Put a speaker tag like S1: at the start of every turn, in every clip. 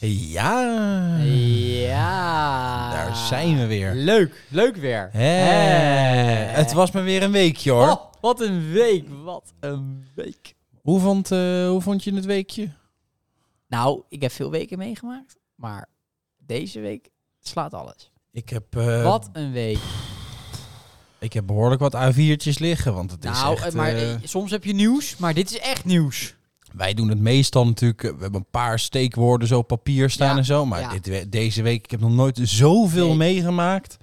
S1: Ja,
S2: Ja.
S1: daar zijn we weer.
S2: Leuk, leuk weer.
S1: Hé, Het was me weer een weekje hoor.
S2: Oh, wat een week, wat een week.
S1: Hoe, vond, eh, hoe vond je het weekje?
S2: Nou, ik heb veel weken meegemaakt, maar deze week slaat alles.
S1: Ik heb, eh,
S2: wat een week.
S1: ik heb behoorlijk wat A4'tjes liggen, want het
S2: Nou,
S1: is echt...
S2: eh, maar
S1: eh,
S2: eh, soms heb je nieuws, maar dit is echt nieuws.
S1: wij doen het meestal natuurlijk, eh, we hebben een paar steekwoorden zo op papier staan
S2: Ja,
S1: en zo. Maar
S2: ja.
S1: dit, we- deze week, ik heb nog nooit zoveel
S2: Nee.
S1: meegemaakt.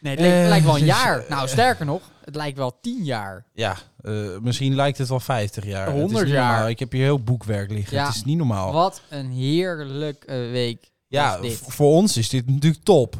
S2: Nee, het lijkt,
S1: Eh,
S2: lijkt wel een
S1: dus,
S2: jaar.
S1: eh,
S2: nou, sterker nog, het lijkt wel tien jaar.
S1: Ja, eh, misschien lijkt het wel 50 jaar. Het is
S2: 100
S1: niet
S2: jaar.
S1: normaal. Ik heb hier heel boekwerk liggen.
S2: Ja.
S1: Het is niet normaal.
S2: Wat een heerlijke week.
S1: ja,
S2: was dit.
S1: v- voor ons is dit natuurlijk top.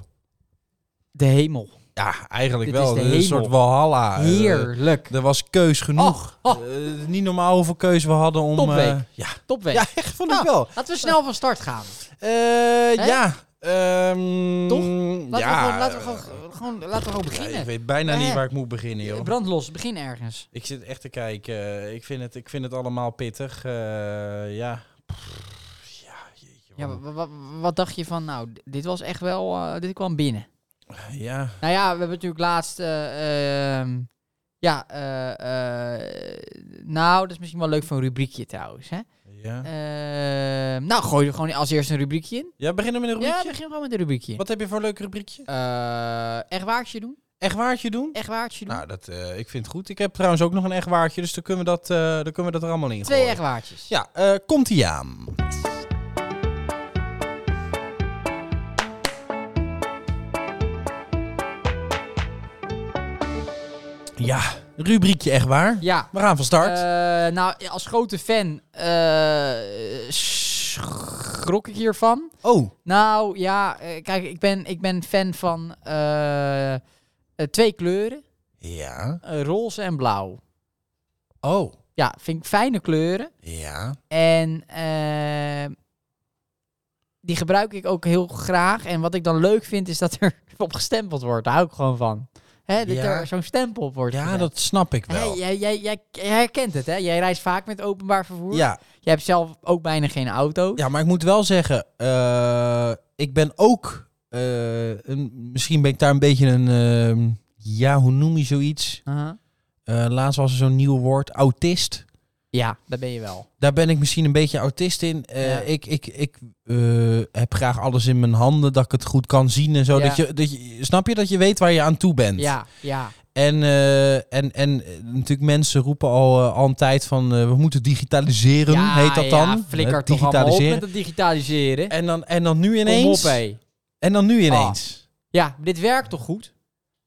S2: De hemel.
S1: Ja, eigenlijk
S2: Dit
S1: wel.
S2: is de
S1: een
S2: hemel.
S1: soort walhalla. Eh,
S2: Heerlijk.
S1: Er was keus genoeg.
S2: Oh, oh.
S1: Eh, niet normaal hoeveel keus we hadden om...
S2: Topweek.
S1: eh, ja.
S2: Topweek.
S1: ja, echt vond ik
S2: Nou,
S1: wel.
S2: Laten we snel van start gaan.
S1: Eh,
S2: Hè?
S1: ja. ehm,
S2: Toch? Laten
S1: ja,
S2: we gewoon, laten we
S1: eh,
S2: gewoon, gewoon- laten we gewoon
S1: ja, ik
S2: beginnen. Eh.
S1: weet bijna
S2: Hè?
S1: niet waar ik moet beginnen, joh.
S2: Brand los, begin ergens.
S1: Ik zit echt te kijken. eh, Ik vind het, ik vind het allemaal pittig. Eh, ja. Pff, Ja, jeetje,
S2: Ja,
S1: wat-
S2: wa- wa- wa- wat dacht je van, nou, d- dit was echt wel, eh, dit kwam binnen.
S1: ja.
S2: Nou ja, we hebben natuurlijk laatst, eh, ehm, ja, eh, eh, nou, dat is misschien wel leuk voor een rubriekje trouwens, hè.
S1: ja.
S2: Eh. Ehm, nou, gooi er gewoon als eerst een rubriekje in.
S1: Ja, beginnen met een
S2: Ja,
S1: rubriekje.
S2: begin gewoon met een rubriekje.
S1: Wat heb je voor een leuk rubriekje?
S2: Eh, echt waartje doen,
S1: Echt waardje doen?
S2: echt waartje doen.
S1: Nou, dat, eh, ik vind het goed. Ik heb trouwens ook nog een echt waardje, dus dan kunnen we dat, eh, dan kunnen we dat er allemaal in
S2: Twee
S1: gooien.
S2: echt waardjes.
S1: Ja, eh, komt ie aan. Ja, rubriekje echt waar.
S2: Ja.
S1: We gaan van start.
S2: Eh, nou, als grote fan eh, schrok ik hiervan.
S1: oh,
S2: Nou ja, eh, kijk, ik ben, ik ben fan van eh, eh, twee kleuren,
S1: ja.
S2: eh, roze en blauw.
S1: Oh,
S2: Ja, vind ik fijne kleuren.
S1: ja.
S2: En eh, die gebruik ik ook heel graag. En wat ik dan leuk vind, is dat er op gestempeld wordt. Daar hou ik gewoon van. Hè, dat
S1: Ja.
S2: er zo'n stempel op wordt.
S1: Ja,
S2: gezet.
S1: dat snap ik
S2: Hè,
S1: wel.
S2: jij, jij, jij, jij herkent het, hè? Jij reist vaak met openbaar vervoer.
S1: Ja,
S2: Jij hebt zelf ook bijna geen auto.
S1: Ja, maar ik moet wel zeggen, eh, ik ben ook. eh, een, misschien ben ik daar een beetje een. ehm, ja, hoe noem je zoiets?
S2: Aha.
S1: Eh, laatst was er zo'n nieuw woord, autist.
S2: Ja, daar ben je wel.
S1: Daar ben ik misschien een beetje autist in. Eh,
S2: Ja.
S1: Ik, ik, ik eh, heb graag alles in mijn handen, dat ik het goed kan zien en zo.
S2: Ja.
S1: Dat je, dat je, snap je dat je weet waar je aan toe bent?
S2: Ja, ja.
S1: En, eh, en, en eh, natuurlijk, mensen roepen al, eh, al een tijd van eh, we moeten digitaliseren,
S2: ja,
S1: heet dat dan?
S2: Ja, flikker
S1: Eh,
S2: toch allemaal op
S1: digitaliseren.
S2: met het digitaliseren.
S1: en dan, en dan nu
S2: Kom
S1: ineens.
S2: op, hé. Ah.
S1: En dan nu ineens.
S2: Ja, dit werkt toch goed?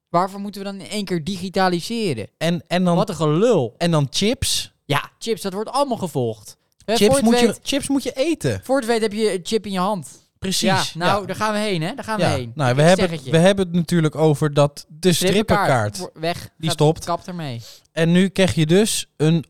S2: Waarvoor moeten we dan in één keer digitaliseren?
S1: En, en, dan,
S2: Wat een gelul.
S1: en dan chips.
S2: Ja, chips, dat wordt allemaal gevolgd. Hè, voor
S1: Chips
S2: het
S1: moet, je,
S2: weet-
S1: chips moet je eten.
S2: Voor het weet heb je een chip in je hand.
S1: Precies.
S2: Ja, nou, daar gaan we heen, hè? Daar gaan
S1: Ja.
S2: we heen.
S1: Nou, we,
S2: Ik
S1: hebben,
S2: zeg het je.
S1: we hebben het natuurlijk over dat de strippenkaart.
S2: Wo- Weg.
S1: Die
S2: Gaat-
S1: stopt.
S2: Kapt ermee.
S1: En nu krijg je dus een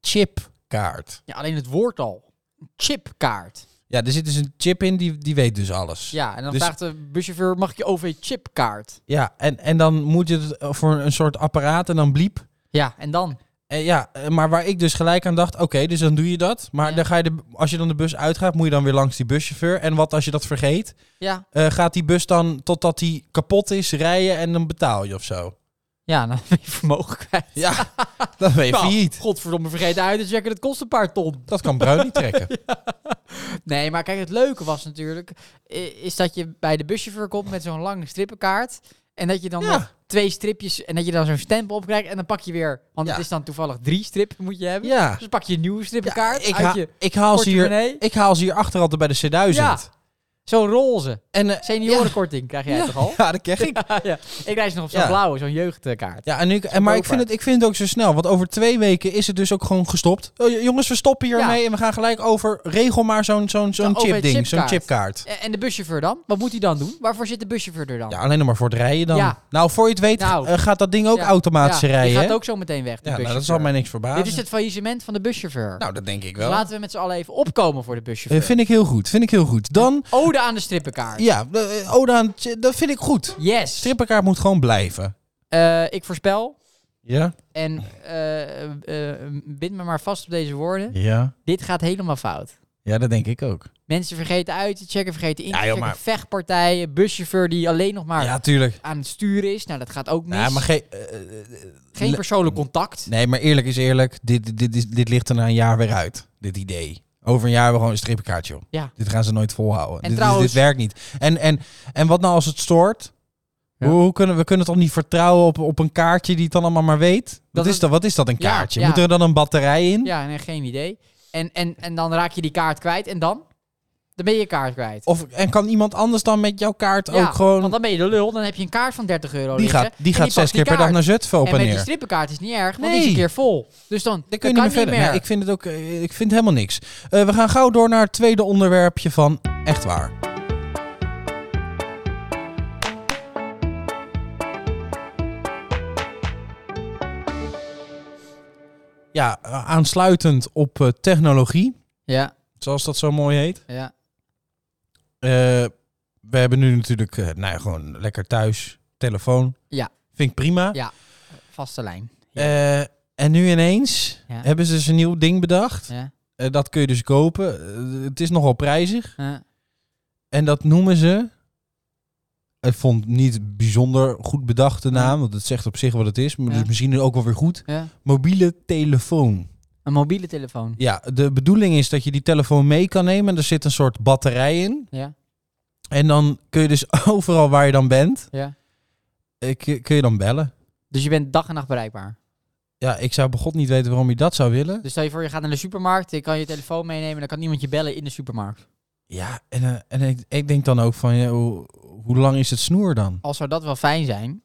S1: OV-chipkaart.
S2: Ja, alleen het woord al. Een Chipkaart.
S1: Ja, er zit dus een chip in, die, die weet dus alles.
S2: Ja, en dan
S1: Dus-
S2: vraagt de buschauffeur, mag ik je OV-chipkaart?
S1: Ja, en, en dan moet je het eh, voor een soort apparaat en dan bliep.
S2: Ja, en dan?
S1: En ja, eh, maar waar ik dus gelijk aan dacht, oké, dus dan doe je dat. Maar
S2: Ja.
S1: dan ga je de, als je dan de bus uitgaat, moet je dan weer langs die buschauffeur. En wat als je dat vergeet?
S2: Ja,
S1: Eh, gaat die bus dan totdat die kapot is rijden en dan betaal je of zo?
S2: ja dan ben je vermogen kwijt.
S1: Ja, dat weet je
S2: Nou,
S1: failliet.
S2: Godverdomme, vergeet uit te checken, dat kost een paar ton.
S1: Dat kan Bruin niet trekken.
S2: Nee, maar kijk, het leuke was natuurlijk... i- is dat je bij de buschauffeur komt met zo'n lange strippenkaart... en dat je dan
S1: Ja.
S2: nog twee stripjes... en dat je dan zo'n stempel op krijgt... en dan pak je weer... want
S1: Ja.
S2: het is dan toevallig drie strippen moet je hebben.
S1: Ja.
S2: Dus dan pak je een nieuwe strippenkaart
S1: ik,
S2: uit
S1: ha-
S2: je
S1: ik haal ze hier,
S2: portemonnee.
S1: ik haal ze hier achter altijd bij de C1000.
S2: Ja. Zo'n roze
S1: En, eh,
S2: seniorenkorting krijg jij
S1: ja,
S2: toch al?
S1: ja, dat krijg ik.
S2: ja. Ik reis nog op zo'n
S1: Ja.
S2: blauwe, zo'n jeugdkaart.
S1: Ja, en nu, en, maar ik vind, het, ik vind het ook zo snel. Want over twee weken is het dus ook gewoon gestopt. Oh, j- jongens, we stoppen hiermee en we gaan gelijk over... Regel maar zo'n zo'n zo'n
S2: Zo'n
S1: chipding, zo'n
S2: overheid
S1: chipkaart.
S2: E- En de buschauffeur dan? Wat moet hij dan doen? Waarvoor zit de buschauffeur er dan?
S1: Ja, alleen nog maar voor het rijden dan.
S2: Ja.
S1: Nou, voor je het weet
S2: Nou.
S1: eh, gaat dat ding ook
S2: Ja.
S1: automatisch
S2: Ja,
S1: rijden.
S2: Die
S1: hè?
S2: gaat ook zo meteen weg,
S1: ja,
S2: de
S1: nou, dat zal
S2: buschauffeur.
S1: mij niks verbazen.
S2: Dit is het faillissement van de buschauffeur.
S1: Nou, dat denk ik
S2: Dus
S1: wel.
S2: laten we met z'n allen even opkomen voor de
S1: Eh,
S2: buschauffeur.
S1: vind ik heel goed, vind ik heel goed. Dan,
S2: Ode aan de strippenkaart.
S1: ja, eh, Oda, aan het- eh, dat vind ik goed.
S2: Yes.
S1: Strippenkaart moet gewoon blijven.
S2: Eh, ik voorspel.
S1: Ja?
S2: En eh eh, bind me maar vast op deze woorden.
S1: Ja.
S2: Dit gaat helemaal fout.
S1: Ja, dat denk ik ook.
S2: Mensen vergeten uit te checken, vergeten in te
S1: Ja, joh,
S2: checken.
S1: maar-
S2: Vechtpartijen, buschauffeur die alleen nog maar
S1: ja, tuurlijk.
S2: aan het sturen is. Nou, dat gaat ook mis.
S1: Nou, maar ge- eh, eh, eh,
S2: Geen
S1: le-
S2: persoonlijk contact.
S1: nee, maar eerlijk is eerlijk. Dit, dit, is, dit ligt er na een jaar weer uit. Dit idee. Over een jaar hebben we gewoon een strippenkaartje op.
S2: Ja.
S1: Dit gaan ze nooit volhouden. Dit, is-
S2: trouwens-
S1: dit werkt niet. En, en, en wat nou als het stoort?
S2: Ja.
S1: Hoe, hoe kunnen we kunnen toch niet vertrouwen op, op een kaartje die het dan allemaal maar weet? Wat,
S2: Dat
S1: is,
S2: het-
S1: dat, wat is dat, een
S2: Ja,
S1: kaartje?
S2: ja.
S1: Moet er dan een batterij in?
S2: Ja, nee, geen idee. En, en, en dan raak je die kaart kwijt. En dan? Dan ben je je kaart kwijt.
S1: Of, en kan iemand anders dan met jouw kaart
S2: Ja,
S1: ook gewoon...
S2: Want dan ben je de lul. Dan heb je een kaart van 30 euro
S1: Die
S2: liggen.
S1: gaat, die
S2: en
S1: gaat zes
S2: pakt die
S1: keer per dag
S2: kaart.
S1: naar Zutphen op en,
S2: En met die
S1: neer.
S2: strippenkaart is niet erg, want die is
S1: Nee.
S2: een keer vol. Dus dan,
S1: Dan kun
S2: dat
S1: je niet
S2: kan
S1: meer verder.
S2: meer.
S1: Nee, ik vind het ook. eh, Ik vind helemaal niks. Eh, we gaan gauw door naar het tweede onderwerpje van echt waar. Ja, eh, aansluitend op eh, technologie,
S2: Ja,
S1: zoals dat zo mooi heet.
S2: ja.
S1: Eh, we hebben nu natuurlijk, eh, nou ja, gewoon lekker thuis, telefoon.
S2: Ja.
S1: Vind ik prima.
S2: Ja. Vaste lijn.
S1: Eh, en nu ineens
S2: Ja.
S1: hebben ze dus een nieuw ding bedacht.
S2: Ja.
S1: Eh, dat kun je dus kopen. Eh, het is nogal prijzig.
S2: ja.
S1: En dat noemen ze. Ik vond het niet bijzonder goed bedachte naam, want het zegt op zich wat het is. Maar
S2: Ja.
S1: dus misschien ook wel weer goed.
S2: ja.
S1: Mobiele telefoon.
S2: Een mobiele telefoon.
S1: Ja, de bedoeling is dat je die telefoon mee kan nemen. En er zit een soort batterij in.
S2: Ja,
S1: En dan kun je dus overal waar je dan bent,
S2: ja.
S1: eh, kun- kun je dan bellen.
S2: Dus je bent dag en nacht bereikbaar.
S1: Ja, ik zou bij God niet weten waarom je dat zou willen.
S2: Dus stel je voor, je gaat naar de supermarkt, je kan je telefoon meenemen, dan kan iemand je bellen in de supermarkt.
S1: Ja, en, eh, en ik, ik denk dan ook van, ja, hoe, hoe lang is het snoer dan?
S2: Al zou dat wel fijn zijn,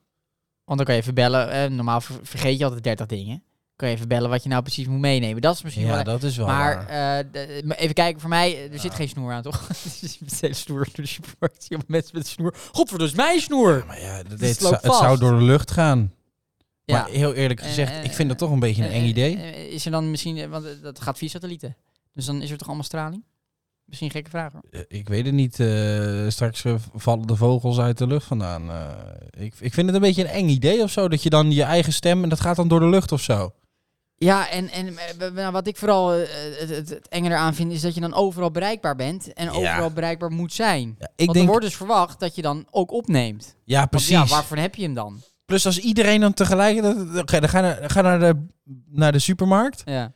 S2: want dan kan je even bellen. eh, normaal ver- vergeet je altijd 30 dingen. Kan je even bellen wat je nou precies moet meenemen. Dat is misschien wel...
S1: Ja, dat is wel
S2: Maar
S1: waar.
S2: eh, de- maar even kijken, voor mij, eh, er zit
S1: Ja.
S2: geen snoer aan, toch? Dus je bent snoer door de supermarkt. Je hebt mensen met een snoer. Godverdomme, dat is mijn snoer!
S1: Maar ja, dit,
S2: Dus het
S1: zou-
S2: loopt
S1: het zou
S2: vast.
S1: door de lucht gaan.
S2: Ja.
S1: Maar heel eerlijk
S2: En,
S1: gezegd,
S2: eh,
S1: ik vind dat toch een beetje een
S2: Eh,
S1: eng
S2: eh,
S1: idee.
S2: eh, Is er dan misschien, eh, want eh, dat gaat via satellieten. Dus dan is er toch allemaal straling? Misschien een gekke vraag hoor.
S1: Eh, Ik weet het niet. eh, straks eh, vallen de vogels uit de lucht vandaan. Eh, ik, ik vind het een beetje een eng idee of zo. Dat je dan je eigen stem en dat gaat dan door de lucht of zo.
S2: Ja, en, en eh, b- nou, wat ik vooral eh, het, het, het enge eraan vind, is dat je dan overal bereikbaar bent en
S1: Ja.
S2: overal bereikbaar moet zijn.
S1: Ja, ik
S2: want
S1: denk,
S2: er wordt dus verwacht dat je dan ook opneemt.
S1: ja
S2: Want
S1: precies.
S2: ja, waarvoor heb je hem dan?
S1: Plus als iedereen dan tegelijk... Dan ga, dan ga, je naar, ga naar, de, naar de supermarkt
S2: Ja,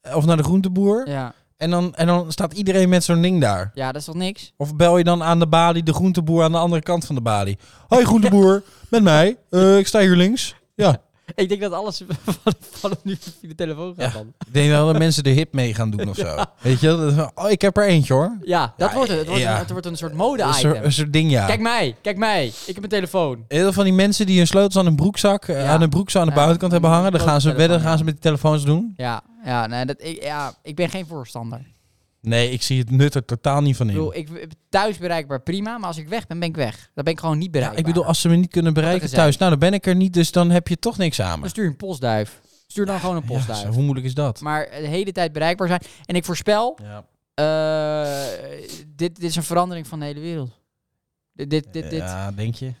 S1: eh, of naar de groenteboer.
S2: ja.
S1: En, dan, en dan staat iedereen met zo'n ding daar.
S2: ja dat is toch niks?
S1: Of bel je dan aan de balie, de groenteboer aan de andere kant van de balie. Hoi groenteboer, met mij. Eh, ik sta hier links. Ja,
S2: Ik denk dat alles van- vanaf nu via de telefoon gaat
S1: Ja.
S2: dan.
S1: Ik denk wel dat mensen de hip mee gaan doen of zo. Weet je, wel? Dat is van, oh, ik heb er eentje hoor.
S2: Ja, dat
S1: Ja,
S2: wordt het. Het wordt,
S1: ja.
S2: een, het wordt een soort
S1: Een soort,
S2: mode-item.
S1: een soort ding, ja.
S2: Kijk mij, kijk mij. Ik heb een telefoon.
S1: Heel veel van die mensen die hun sleutels aan hun broekzak, eh,
S2: Ja.
S1: aan hun broekzak aan de
S2: Ja,
S1: buitenkant hebben hangen, dan gaan ze
S2: telefoon,
S1: wedden,
S2: ja.
S1: gaan ze met die telefoons doen.
S2: Ja, ja, nee, dat, ik, ja ik ben geen voorstander.
S1: Nee, ik zie het nut er totaal niet van
S2: Ik
S1: in.
S2: bedoel, ik, thuis bereikbaar prima, maar als ik weg ben, ben ik weg. Dan ben ik gewoon niet
S1: ja,
S2: bereikbaar.
S1: ik bedoel, als ze me niet kunnen bereiken
S2: gezegd.
S1: thuis, nou dan ben ik er niet, dus dan heb je toch niks aan me.
S2: Dan stuur een postduif. Stuur dan gewoon een
S1: Ja,
S2: postduif.
S1: zo, hoe moeilijk is dat?
S2: maar de hele tijd bereikbaar zijn. En ik voorspel,
S1: Ja.
S2: eh, dit, dit is een verandering van de hele wereld. Dit, dit, dit, dit-
S1: ja, denk je?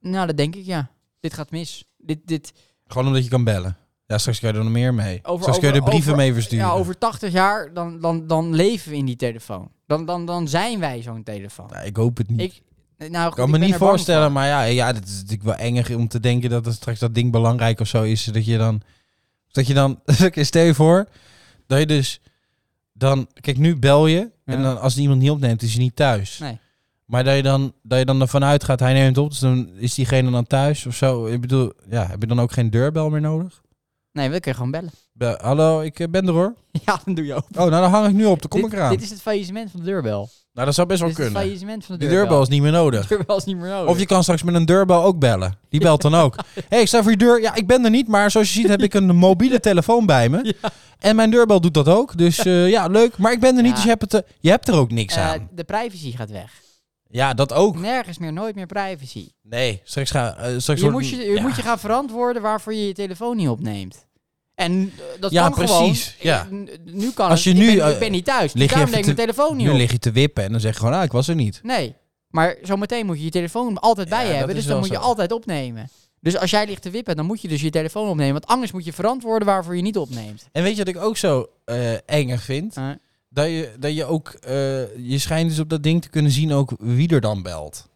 S2: Nou, dat denk ik, ja. Dit gaat mis. Dit, dit,
S1: Gewoon omdat je kan bellen. Ja, straks kun je er nog meer mee.
S2: Over-
S1: straks kun je
S2: over-
S1: er brieven
S2: over-
S1: mee versturen.
S2: Ja, over 80 jaar, dan, dan, dan leven we in die telefoon. Dan, dan, dan zijn wij zo'n telefoon.
S1: Nou, ik hoop het niet.
S2: Ik, nou, goed,
S1: Ik kan me
S2: ik ben
S1: niet
S2: er bang
S1: voorstellen,
S2: voor.
S1: maar ja, ja, dat is natuurlijk wel engig om te denken dat het straks dat ding belangrijk of zo is. Dat je dan, dat je dan, stel je voor, dat je dus dan, kijk nu bel je en
S2: Ja.
S1: dan als iemand niet opneemt is hij niet thuis.
S2: Nee.
S1: Maar dat je dan, dat je dan ervan uitgaat, hij neemt op, dus dan is diegene dan thuis of zo. Ik bedoel, ja, heb je dan ook geen deurbel meer nodig?
S2: Nee, we kunnen gewoon bellen.
S1: Be- Hallo, ik eh, ben er hoor.
S2: Ja, dan doe je ook.
S1: Oh, nou dan hang ik nu op, dan kom
S2: dit,
S1: ik eraan.
S2: dit is het faillissement van de deurbel.
S1: nou, dat zou best
S2: dit
S1: wel
S2: is het
S1: kunnen.
S2: faillissement van de
S1: Die
S2: deurbel.
S1: deurbel is niet meer
S2: De
S1: nodig.
S2: deurbel is niet meer nodig.
S1: Of je kan straks met een deurbel ook bellen. Die belt dan ook. Hé, hey, ik sta voor je deur. Ja, ik ben er niet, maar zoals je ziet heb ik een mobiele telefoon bij me. En mijn deurbel doet dat ook. Dus eh, ja, leuk. Maar ik ben er niet,
S2: Ja.
S1: dus je hebt, het, eh, je hebt er ook niks
S2: Eh,
S1: aan.
S2: de privacy gaat weg.
S1: Ja, dat ook.
S2: Nergens meer, nooit meer privacy.
S1: Nee, straks ga... eh, straks
S2: Je,
S1: wordt-
S2: moet je, je
S1: ja.
S2: moet je gaan verantwoorden waarvoor je je telefoon niet opneemt. En eh, dat
S1: Ja,
S2: kan gewoon.
S1: precies, ja.
S2: Ik- n- Nu kan
S1: Als
S2: het.
S1: je
S2: ik,
S1: nu,
S2: ben,
S1: eh,
S2: ik ben niet
S1: lig
S2: thuis. Dus
S1: je
S2: daarom
S1: even
S2: neem ik
S1: te-
S2: mijn telefoon niet
S1: Nu
S2: op.
S1: lig je te wippen en dan zeg je gewoon, ah, ik was er niet.
S2: Nee. Maar zometeen moet je je telefoon altijd
S1: Ja,
S2: bij je
S1: dat
S2: hebben.
S1: is
S2: Dus dan
S1: wel
S2: moet je
S1: zo.
S2: altijd opnemen. Dus als jij ligt te wippen, dan moet je dus je telefoon opnemen. Want anders moet je verantwoorden waarvoor je niet opneemt.
S1: En weet je wat ik ook zo eh enger vind?
S2: Eh.
S1: dat je, dat je ook, eh, je schijnt dus op dat ding te kunnen zien ook wie er dan belt.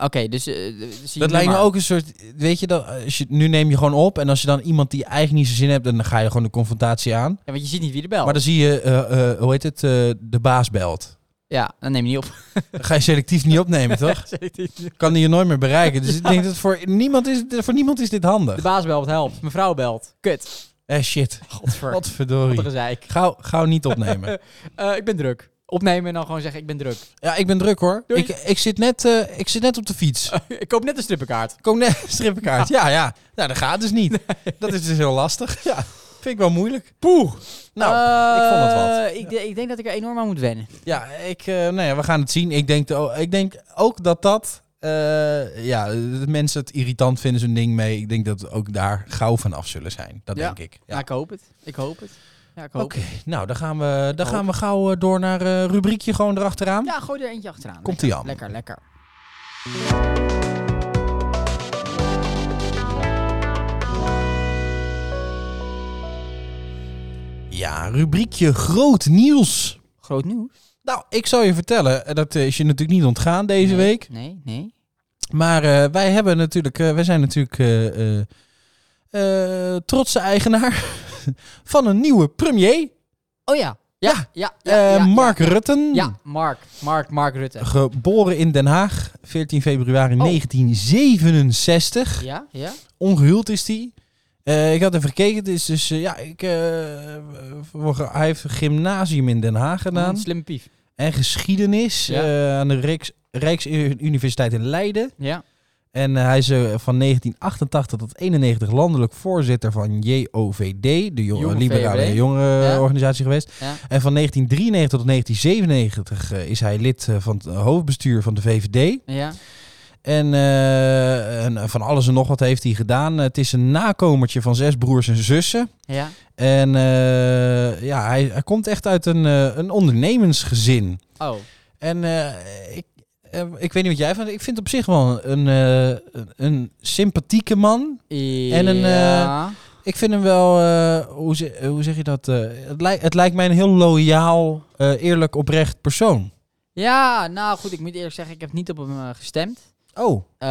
S2: Oké, dus... eh, dus je
S1: dat lijkt me
S2: nummer.
S1: ook een soort, weet je, dat, eh, als je, nu neem je gewoon op en als je dan iemand die eigenlijk niet zo zin hebt, dan ga je gewoon de confrontatie aan.
S2: Ja, want je ziet niet wie er belt.
S1: Maar dan zie je, eh, eh, hoe heet het, eh, de baas belt.
S2: Ja, dan neem je niet op.
S1: Dan ga je selectief niet opnemen, toch?
S2: de
S1: Kan die je nooit meer bereiken. Dus ik denk dat voor niemand is, voor niemand is dit handig.
S2: baas belt, helpt. Mevrouw belt. Kut.
S1: Eh, shit.
S2: Godver. Wat
S1: Godverdorie.
S2: een gezeik.
S1: Gauw, gauw niet opnemen.
S2: Eh, ik ben druk. Opnemen en dan gewoon zeggen, ik ben druk.
S1: Ja, ik ben druk hoor.
S2: Doei.
S1: Ik, ik, zit net, eh, ik zit net op de fiets.
S2: ik koop net een strippenkaart.
S1: Kom net, strippenkaart. Ja, ja. Nou, dat gaat dus niet. Dat is dus heel lastig. Ja, vind ik wel moeilijk. Poeh. Nou, ik vond het wat.
S2: Eh, Ik, de- ik denk dat ik er enorm aan moet wennen.
S1: Ja, ik, eh, nou ja, we gaan het zien. Ik denk, de- ik denk ook dat dat... eh, ja, de mensen het irritant vinden zo'n ding mee. Ik denk dat we ook daar gauw van af zullen zijn. Dat
S2: Ja.
S1: denk ik.
S2: Ja.
S1: Ja.
S2: Nou, ik hoop het. Ik hoop het. Ja, ik hoop
S1: Oké, nou, dan gaan we, dan
S2: hoop
S1: gaan we gauw eh, door naar eh, rubriekje gewoon erachteraan.
S2: het. Ja, gooi er eentje achteraan.
S1: Komt
S2: lekker,
S1: ie aan.
S2: Lekker, lekker.
S1: Ja, rubriekje groot nieuws.
S2: Groot nieuws.
S1: Nou, ik zal je vertellen, eh, dat eh, is je natuurlijk niet ontgaan deze
S2: Nee,
S1: week.
S2: Nee, nee.
S1: Maar eh, wij hebben natuurlijk, eh, wij zijn natuurlijk eh, eh, eh, trotse eigenaar van een nieuwe premier,
S2: Oh ja. Ja, ja. ja,
S1: eh,
S2: ja,
S1: Mark
S2: ja.
S1: Rutten.
S2: Ja, Mark. Mark, Mark Rutte.
S1: Geboren in Den Haag, 14 februari
S2: Oh.
S1: 1967.
S2: Ja, ja.
S1: Ongehuwd is hij. Eh, ik had even gekeken, het is dus, eh, ja, ik, eh, vorige- hij heeft gymnasium in Den Haag gedaan.
S2: Een slimme pief.
S1: en geschiedenis
S2: Oh, Ja.
S1: eh, aan de Rijks, Rijksuniversiteit in Leiden.
S2: Ja.
S1: En eh, hij is eh, van 1988 tot 91 landelijk voorzitter van JOVD, de jonge,
S2: Jonge
S1: liberale
S2: VVD.
S1: jongerenorganisatie geweest.
S2: Ja.
S1: En van 1993 tot 1997 eh, is hij lid eh, van het hoofdbestuur van de VVD.
S2: Ja.
S1: En, eh, en van alles en nog wat heeft hij gedaan. Het is een nakomertje van zes broers en zussen.
S2: Ja.
S1: En eh, ja, hij, hij komt echt uit een, eh, een ondernemersgezin.
S2: Oh.
S1: En eh, ik, eh, ik weet niet wat jij van. Ik vind op zich wel een, eh, een, een sympathieke man. En een, eh,
S2: Ja.
S1: Ik vind hem wel, eh, hoe, ze- eh, hoe zeg je dat? eh, het, lijkt, het lijkt mij een heel loyaal, eh, eerlijk, oprecht persoon.
S2: Ja, nou goed, ik moet eerlijk zeggen, ik heb niet op hem eh, gestemd.
S1: Oh,
S2: Eh,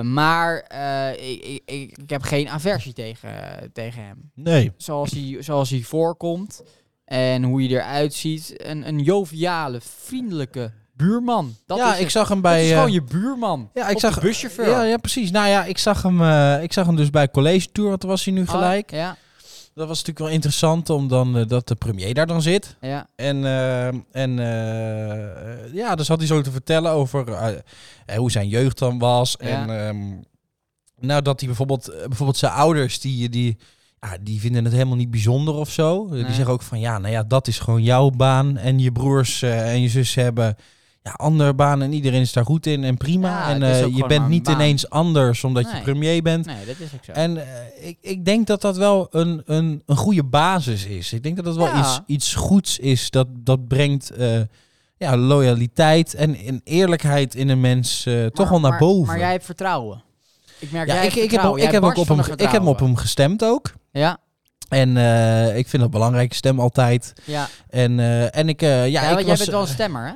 S2: maar eh, ik, ik- ik, ik heb geen aversie tegen, tegen hem.
S1: nee.
S2: Zoals hij, zoals hij voorkomt en hoe hij eruit ziet. Een, een joviale, vriendelijke buurman. Dat
S1: ja,
S2: is
S1: ik
S2: het.
S1: zag hem
S2: Dat
S1: bij.
S2: is
S1: eh,
S2: gewoon je buurman.
S1: ja, ik
S2: Of
S1: zag.
S2: de buschauffeur.
S1: Ja, ja, precies. Nou ja, ik zag hem, eh, ik zag hem dus bij College Tour, want daar was hij nu
S2: Ah,
S1: Oh, gelijk.
S2: ja,
S1: Dat was natuurlijk wel interessant, om dan, eh, dat de premier daar dan zit.
S2: ja.
S1: En, eh, en eh, eh, ja, dus had hij zo te vertellen over eh, eh, hoe zijn jeugd dan was.
S2: Ja.
S1: En ehm, nou, dat hij bijvoorbeeld, eh, bijvoorbeeld zijn ouders, die, die, ja, die vinden het helemaal niet bijzonder of zo. Eh, Die
S2: Nee.
S1: zeggen ook van, ja, nou ja, dat is gewoon jouw baan. En je broers eh, en je zus hebben ja, andere baan en iedereen is daar goed in en prima.
S2: Ja,
S1: en
S2: het
S1: eh,
S2: is ook
S1: je
S2: gewoon maar
S1: bent
S2: een
S1: niet
S2: baan.
S1: ineens anders omdat je
S2: Nee.
S1: premier bent.
S2: Nee, dat is ook zo.
S1: En eh, ik, ik denk dat dat wel een, een, een goede basis is. Ik denk dat dat wel
S2: Ja.
S1: iets, iets goeds is. Dat, dat brengt eh, ja, loyaliteit en, en eerlijkheid in een mens eh, toch
S2: Maar-
S1: wel naar
S2: maar-
S1: boven.
S2: Maar jij hebt vertrouwen. Ik merk
S1: ja,
S2: jij
S1: ik,
S2: hebt
S1: ik, heb,
S2: vertrouwen.
S1: ook- ik,
S2: Jij
S1: heb ook
S2: barst
S1: op
S2: van
S1: hem,
S2: een
S1: ik heb op hem gestemd ook.
S2: vertrouwen.
S1: En eh, ik vind dat een belangrijke stem altijd.
S2: Ja, ja.
S1: En, eh, en ik, eh, ja,
S2: ja,
S1: ik
S2: want jij
S1: was,
S2: bent wel een stemmer, hè?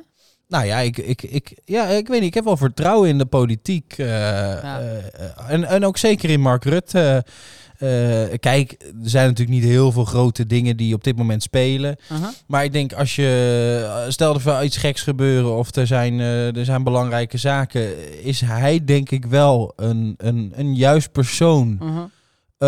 S1: nou ja, ik, ik, ik, ja, ik weet niet. Ik heb wel vertrouwen in de politiek. eh, eh, en, en ook zeker in Mark Rutte. Eh, kijk, er zijn natuurlijk niet heel veel grote dingen die op dit moment spelen.
S2: Uh-huh.
S1: Maar ik denk als je. Stel er wel iets geks gebeuren of er zijn, eh, er zijn belangrijke zaken. Is hij denk ik wel een, een, een juist persoon
S2: Uh-huh.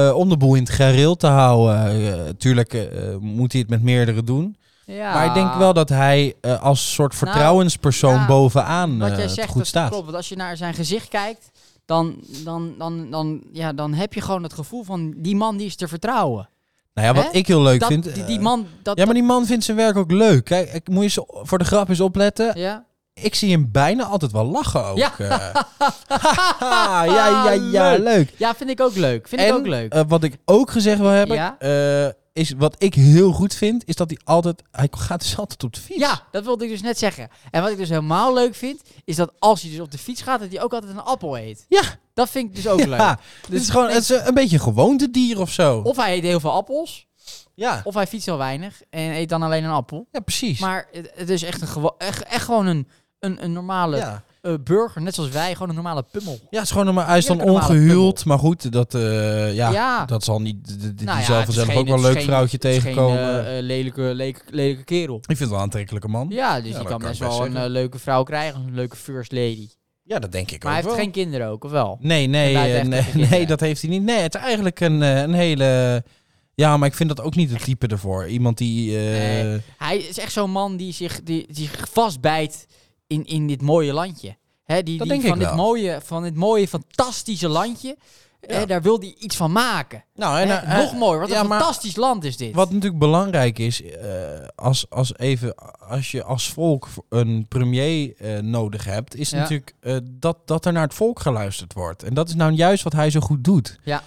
S1: eh, om de boel in het gareel te houden. Eh, tuurlijk eh, moet hij het met meerdere doen.
S2: Ja.
S1: Maar ik denk wel dat hij eh, als soort
S2: Ah. Nou,
S1: vertrouwenspersoon
S2: ja,
S1: bovenaan
S2: Wat
S1: eh,
S2: jij
S1: het
S2: zegt,
S1: goed
S2: dat
S1: staat.
S2: klopt. Want als je naar zijn gezicht kijkt, dan, dan, dan, dan, ja, dan heb je gewoon het gevoel van die man die is te vertrouwen.
S1: Nou ja, wat
S2: Hè?
S1: ik heel leuk
S2: dat,
S1: vind.
S2: die,
S1: eh,
S2: die man, dat,
S1: ja, maar die man vindt zijn werk ook leuk. Kijk, ik moet je zo- voor de grap eens opletten.
S2: dat- ja?
S1: Ik zie hem bijna altijd wel lachen ook.
S2: Ja.
S1: eh. Haha, ja, ja, ja,
S2: Leuk.
S1: leuk.
S2: ja, vind ik ook leuk. Vind ik
S1: En,
S2: ook leuk.
S1: eh, wat ik ook gezegd wil hebben,
S2: Ja?
S1: eh, is wat ik heel goed vind, is dat hij altijd, hij gaat dus altijd op de fiets.
S2: ja, dat wilde ik dus net zeggen. En wat ik dus helemaal leuk vind, is dat als hij dus op de fiets gaat, dat hij ook altijd een appel eet.
S1: Ja.
S2: Dat vind ik dus ook
S1: Ja.
S2: leuk.
S1: Dit is gewoon, het is een beetje een gewoontedier of zo.
S2: Of hij eet heel veel appels,
S1: Ja,
S2: Of hij fietst heel weinig en eet dan alleen een appel.
S1: ja precies.
S2: Maar het, het is echt, een gewo- echt, echt gewoon een, een, een normale
S1: ja.
S2: eh, burger. Net zoals wij, gewoon een normale pummel.
S1: ja, het is gewoon een hij is dan
S2: Heerlijke normale
S1: ongehuwd. Maar goed, dat, eh, ja,
S2: Ja.
S1: dat zal niet. d- d- Die,
S2: Nou ja,
S1: zal
S2: het is
S1: vanzelf
S2: geen-
S1: ook wel een
S2: het is
S1: leuk
S2: geen-
S1: vrouwtje
S2: het is geen,
S1: tegenkomen.
S2: eh, eh, lelijke, lelijke, lelijke kerel.
S1: ik vind het wel een aantrekkelijke man. Ja,
S2: Ja, dus
S1: dat
S2: die
S1: kan
S2: kan
S1: ik
S2: best
S1: best
S2: wel een
S1: zeggen.
S2: eh, leuke vrouw krijgen. Een leuke first lady.
S1: dat denk ik
S2: Maar hij
S1: ook
S2: heeft
S1: wel.
S2: geen kinderen ook, of wel?
S1: Nee, nee,
S2: En hij heeft
S1: eh,
S2: echt
S1: nee,
S2: geen kinderen.
S1: nee, dat heeft hij niet. Nee, het is eigenlijk een, eh, een hele... Ja, maar ik vind dat ook niet het type ervoor. Iemand die... eh,
S2: Nee. Hij is echt zo'n man die zich, die, die zich vastbijt in, in dit mooie landje. Hè, die,
S1: Dat
S2: die
S1: denk ik
S2: van, dit
S1: wel.
S2: mooie, van dit mooie, fantastische landje.
S1: Ja.
S2: Hè, daar wil hij iets van maken.
S1: nou, en,
S2: Hè,
S1: eh,
S2: Nog mooier, wat
S1: ja,
S2: een
S1: maar-
S2: fantastisch land is dit.
S1: Wat natuurlijk belangrijk is, eh, als, als, even, als je als volk een premier eh, nodig hebt, is
S2: Ja.
S1: natuurlijk eh, dat, dat er naar het volk geluisterd wordt. En dat is nou juist wat hij zo goed doet.
S2: Ja.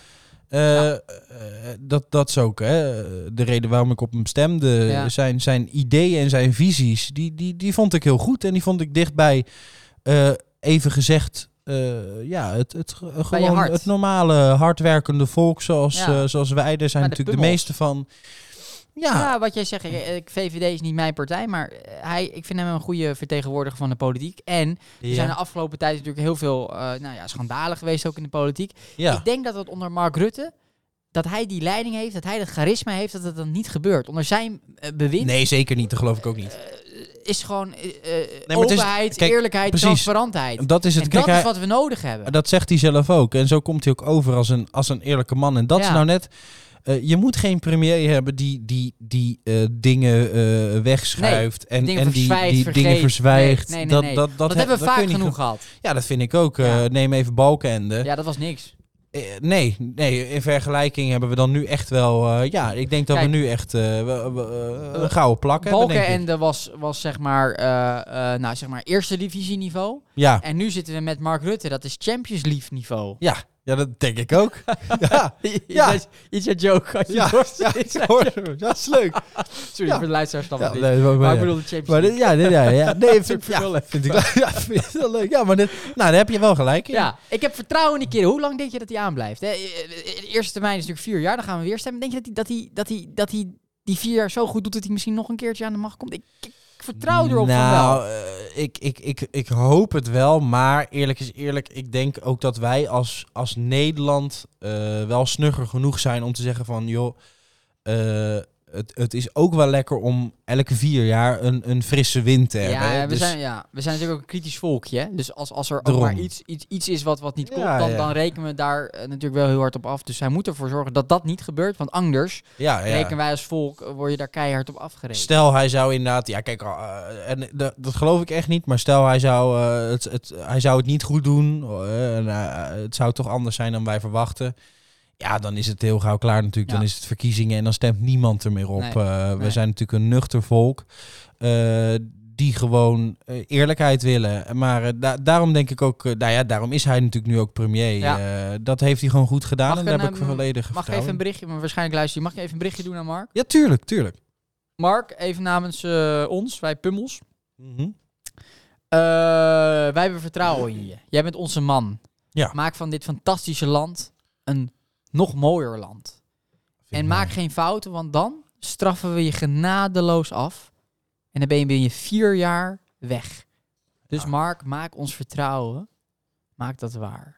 S1: Eh,
S2: Ja.
S1: eh, dat, dat is ook hè, de reden waarom ik op hem stemde.
S2: Ja.
S1: Zijn, zijn ideeën en zijn visies, die, die, die vond ik heel goed. En die vond ik dichtbij, eh, even gezegd, eh, ja, het, het, ge- gewoon
S2: hart.
S1: het normale hardwerkende volk zoals,
S2: Ja.
S1: eh, zoals wij. Daar zijn
S2: Maar
S1: natuurlijk
S2: de
S1: de
S2: pummels.
S1: meeste van.
S2: ja.
S1: Ja,
S2: wat jij zegt, eh, ik, ik- VVD is niet mijn partij, maar eh, hij, ik vind hem een goede vertegenwoordiger van de politiek. En er zijn de afgelopen tijd natuurlijk heel veel eh, nou ja, schandalen geweest ook in de politiek.
S1: ja.
S2: Ik denk dat het onder Mark Rutte, dat hij die leiding heeft, dat hij dat charisma heeft, dat dat dan niet gebeurt. Onder zijn eh, bewind
S1: Nee, zeker niet. Dat geloof ik ook niet.
S2: is gewoon eh, eh,
S1: maar het is-
S2: openheid,
S1: kijk,
S2: eerlijkheid,
S1: precies.
S2: transparantheid.
S1: Dat is het.
S2: Eh, en
S1: Kijk,
S2: dat
S1: hij- eh,
S2: is wat we nodig hebben.
S1: dat zegt hij zelf ook. En zo komt hij ook over als een, als een eerlijke man. En dat is
S2: Ja.
S1: nou net. eh, je moet geen premier hebben die, die, die eh, dingen eh, wegschuift. en
S2: dingen
S1: en die,
S2: verzwijgt,
S1: die dingen
S2: vergeet.
S1: verzwijgt.
S2: Nee, nee, nee,
S1: dat,
S2: nee.
S1: Dat, dat,
S2: dat
S1: he-
S2: hebben we
S1: kun
S2: vaak
S1: je niet
S2: genoeg
S1: doen.
S2: gehad.
S1: Ja, dat vind ik ook. eh,
S2: Ja.
S1: Neem even Balkenende.
S2: Ja, dat was niks.
S1: Eh, nee, nee, in vergelijking hebben we dan nu echt wel... eh, ja, ik denk dat
S2: Kijk.
S1: we nu echt eh, we- we- eh, een gouden plak hebben, denk ik.
S2: Balkenende was, was zeg, maar, eh, eh, nou, zeg maar eerste divisieniveau.
S1: Ja.
S2: En nu zitten we met Mark Rutte, dat is Champions League niveau.
S1: Ja, ja, dat denk ik ook. ja, Ah, Ja.
S2: Iets aan joke had je
S1: ja,
S2: dorst.
S1: ja, ik hoorde hem. Ja, dat is leuk.
S2: Sorry,
S1: Ja.
S2: voor de luisteraars snap
S1: Ja,
S2: het niet.
S1: nee, Oh, maar,
S2: maar
S1: maar,
S2: ik
S1: ja.
S2: bedoel de Champions
S1: Maar dit-
S2: League.
S1: ja, dit, ja, ja. Nee, vind, ik-
S2: Soort
S1: ja, vind ik, ja, vind ik wel leuk. Ja, maar dit, nou, daar heb je wel gelijk in.
S2: Ja, ik heb vertrouwen in die kerel. Hoe lang denk je dat hij aanblijft? Hè? De eerste termijn is natuurlijk vier jaar, dan gaan we weer stemmen. Denk je dat hij, dat hij, dat hij, dat hij die vier jaar zo goed doet dat hij misschien nog een keertje aan de macht komt? Ik, ik, ik vertrouw erop van wel.
S1: Nou, eh, ik, ik, ik, ik hoop het wel, maar eerlijk is eerlijk, ik denk ook dat wij als, als Nederland eh, wel snugger genoeg zijn om te zeggen van, joh, eh, het, het is ook wel lekker om elke vier jaar een, een frisse wind te hebben. hè.
S2: Ja, we
S1: Dus-
S2: zijn, ja, we zijn natuurlijk ook een kritisch volkje. hè. Dus als, als er ook
S1: Daarom.
S2: maar iets, iets, iets is wat, wat niet
S1: Ja,
S2: klopt, dan,
S1: ja.
S2: dan rekenen we daar eh, natuurlijk wel heel hard op af. Dus hij moet ervoor zorgen dat dat niet gebeurt. Want anders
S1: ja, ja.
S2: rekenen wij als volk, eh, word je daar keihard op afgerekend.
S1: Stel hij zou inderdaad, ja kijk, eh, en dat, dat geloof ik echt niet, maar stel hij zou, eh, het, het, hij zou het niet goed doen, eh, en, eh, het zou toch anders zijn dan wij verwachten. Ja, dan is het heel gauw klaar natuurlijk. Dan
S2: Ja.
S1: is het verkiezingen en dan stemt niemand er meer op.
S2: Nee,
S1: Eh, we
S2: nee.
S1: zijn natuurlijk een nuchter volk eh, die gewoon eh, eerlijkheid willen. Maar eh, da- daarom denk ik ook, eh, nou ja, daarom is hij natuurlijk nu ook premier.
S2: Ja.
S1: Eh, dat heeft hij gewoon goed gedaan
S2: Mag
S1: en
S2: ik
S1: daar
S2: een,
S1: heb ik
S2: ehm,
S1: volledig
S2: Mag ik
S1: vertrouwen
S2: even een
S1: in.
S2: berichtje, maar waarschijnlijk luister je. Mag ik even een berichtje doen aan Mark?
S1: Ja, tuurlijk, tuurlijk.
S2: Mark, even namens eh, ons, wij Pummels.
S1: Mhm.
S2: Eh, wij hebben vertrouwen in je. Jij bent onze man.
S1: Ja.
S2: Maak van dit fantastische land een nog mooier land.
S1: Vind
S2: en
S1: ik
S2: maak
S1: mooi.
S2: geen fouten, want dan straffen we je genadeloos af. En dan ben je binnen vier jaar weg. Dus
S1: Ja.
S2: Mark, maak ons vertrouwen. Maak dat waar.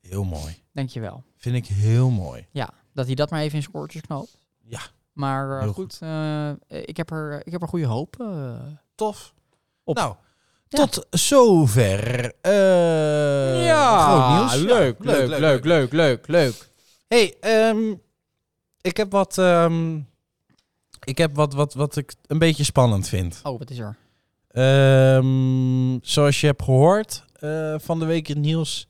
S1: Heel mooi.
S2: Dankjewel.
S1: Vind ik heel mooi.
S2: Ja, dat hij dat maar even in zijn oortjes knoopt.
S1: Ja.
S2: Maar eh,
S1: Heel
S2: goed, eh, ik, heb er, ik heb er goede hoop. eh.
S1: Tof.
S2: Op.
S1: Nou,
S2: Ja.
S1: tot zover. Eh, groot nieuws. Ja,
S2: leuk, leuk, leuk.
S1: Hey, ehm, ik heb wat, ehm, ik heb wat, wat, wat ik een beetje spannend vind.
S2: Oh, wat is er?
S1: Ehm, zoals je hebt gehoord eh, van de week in het nieuws,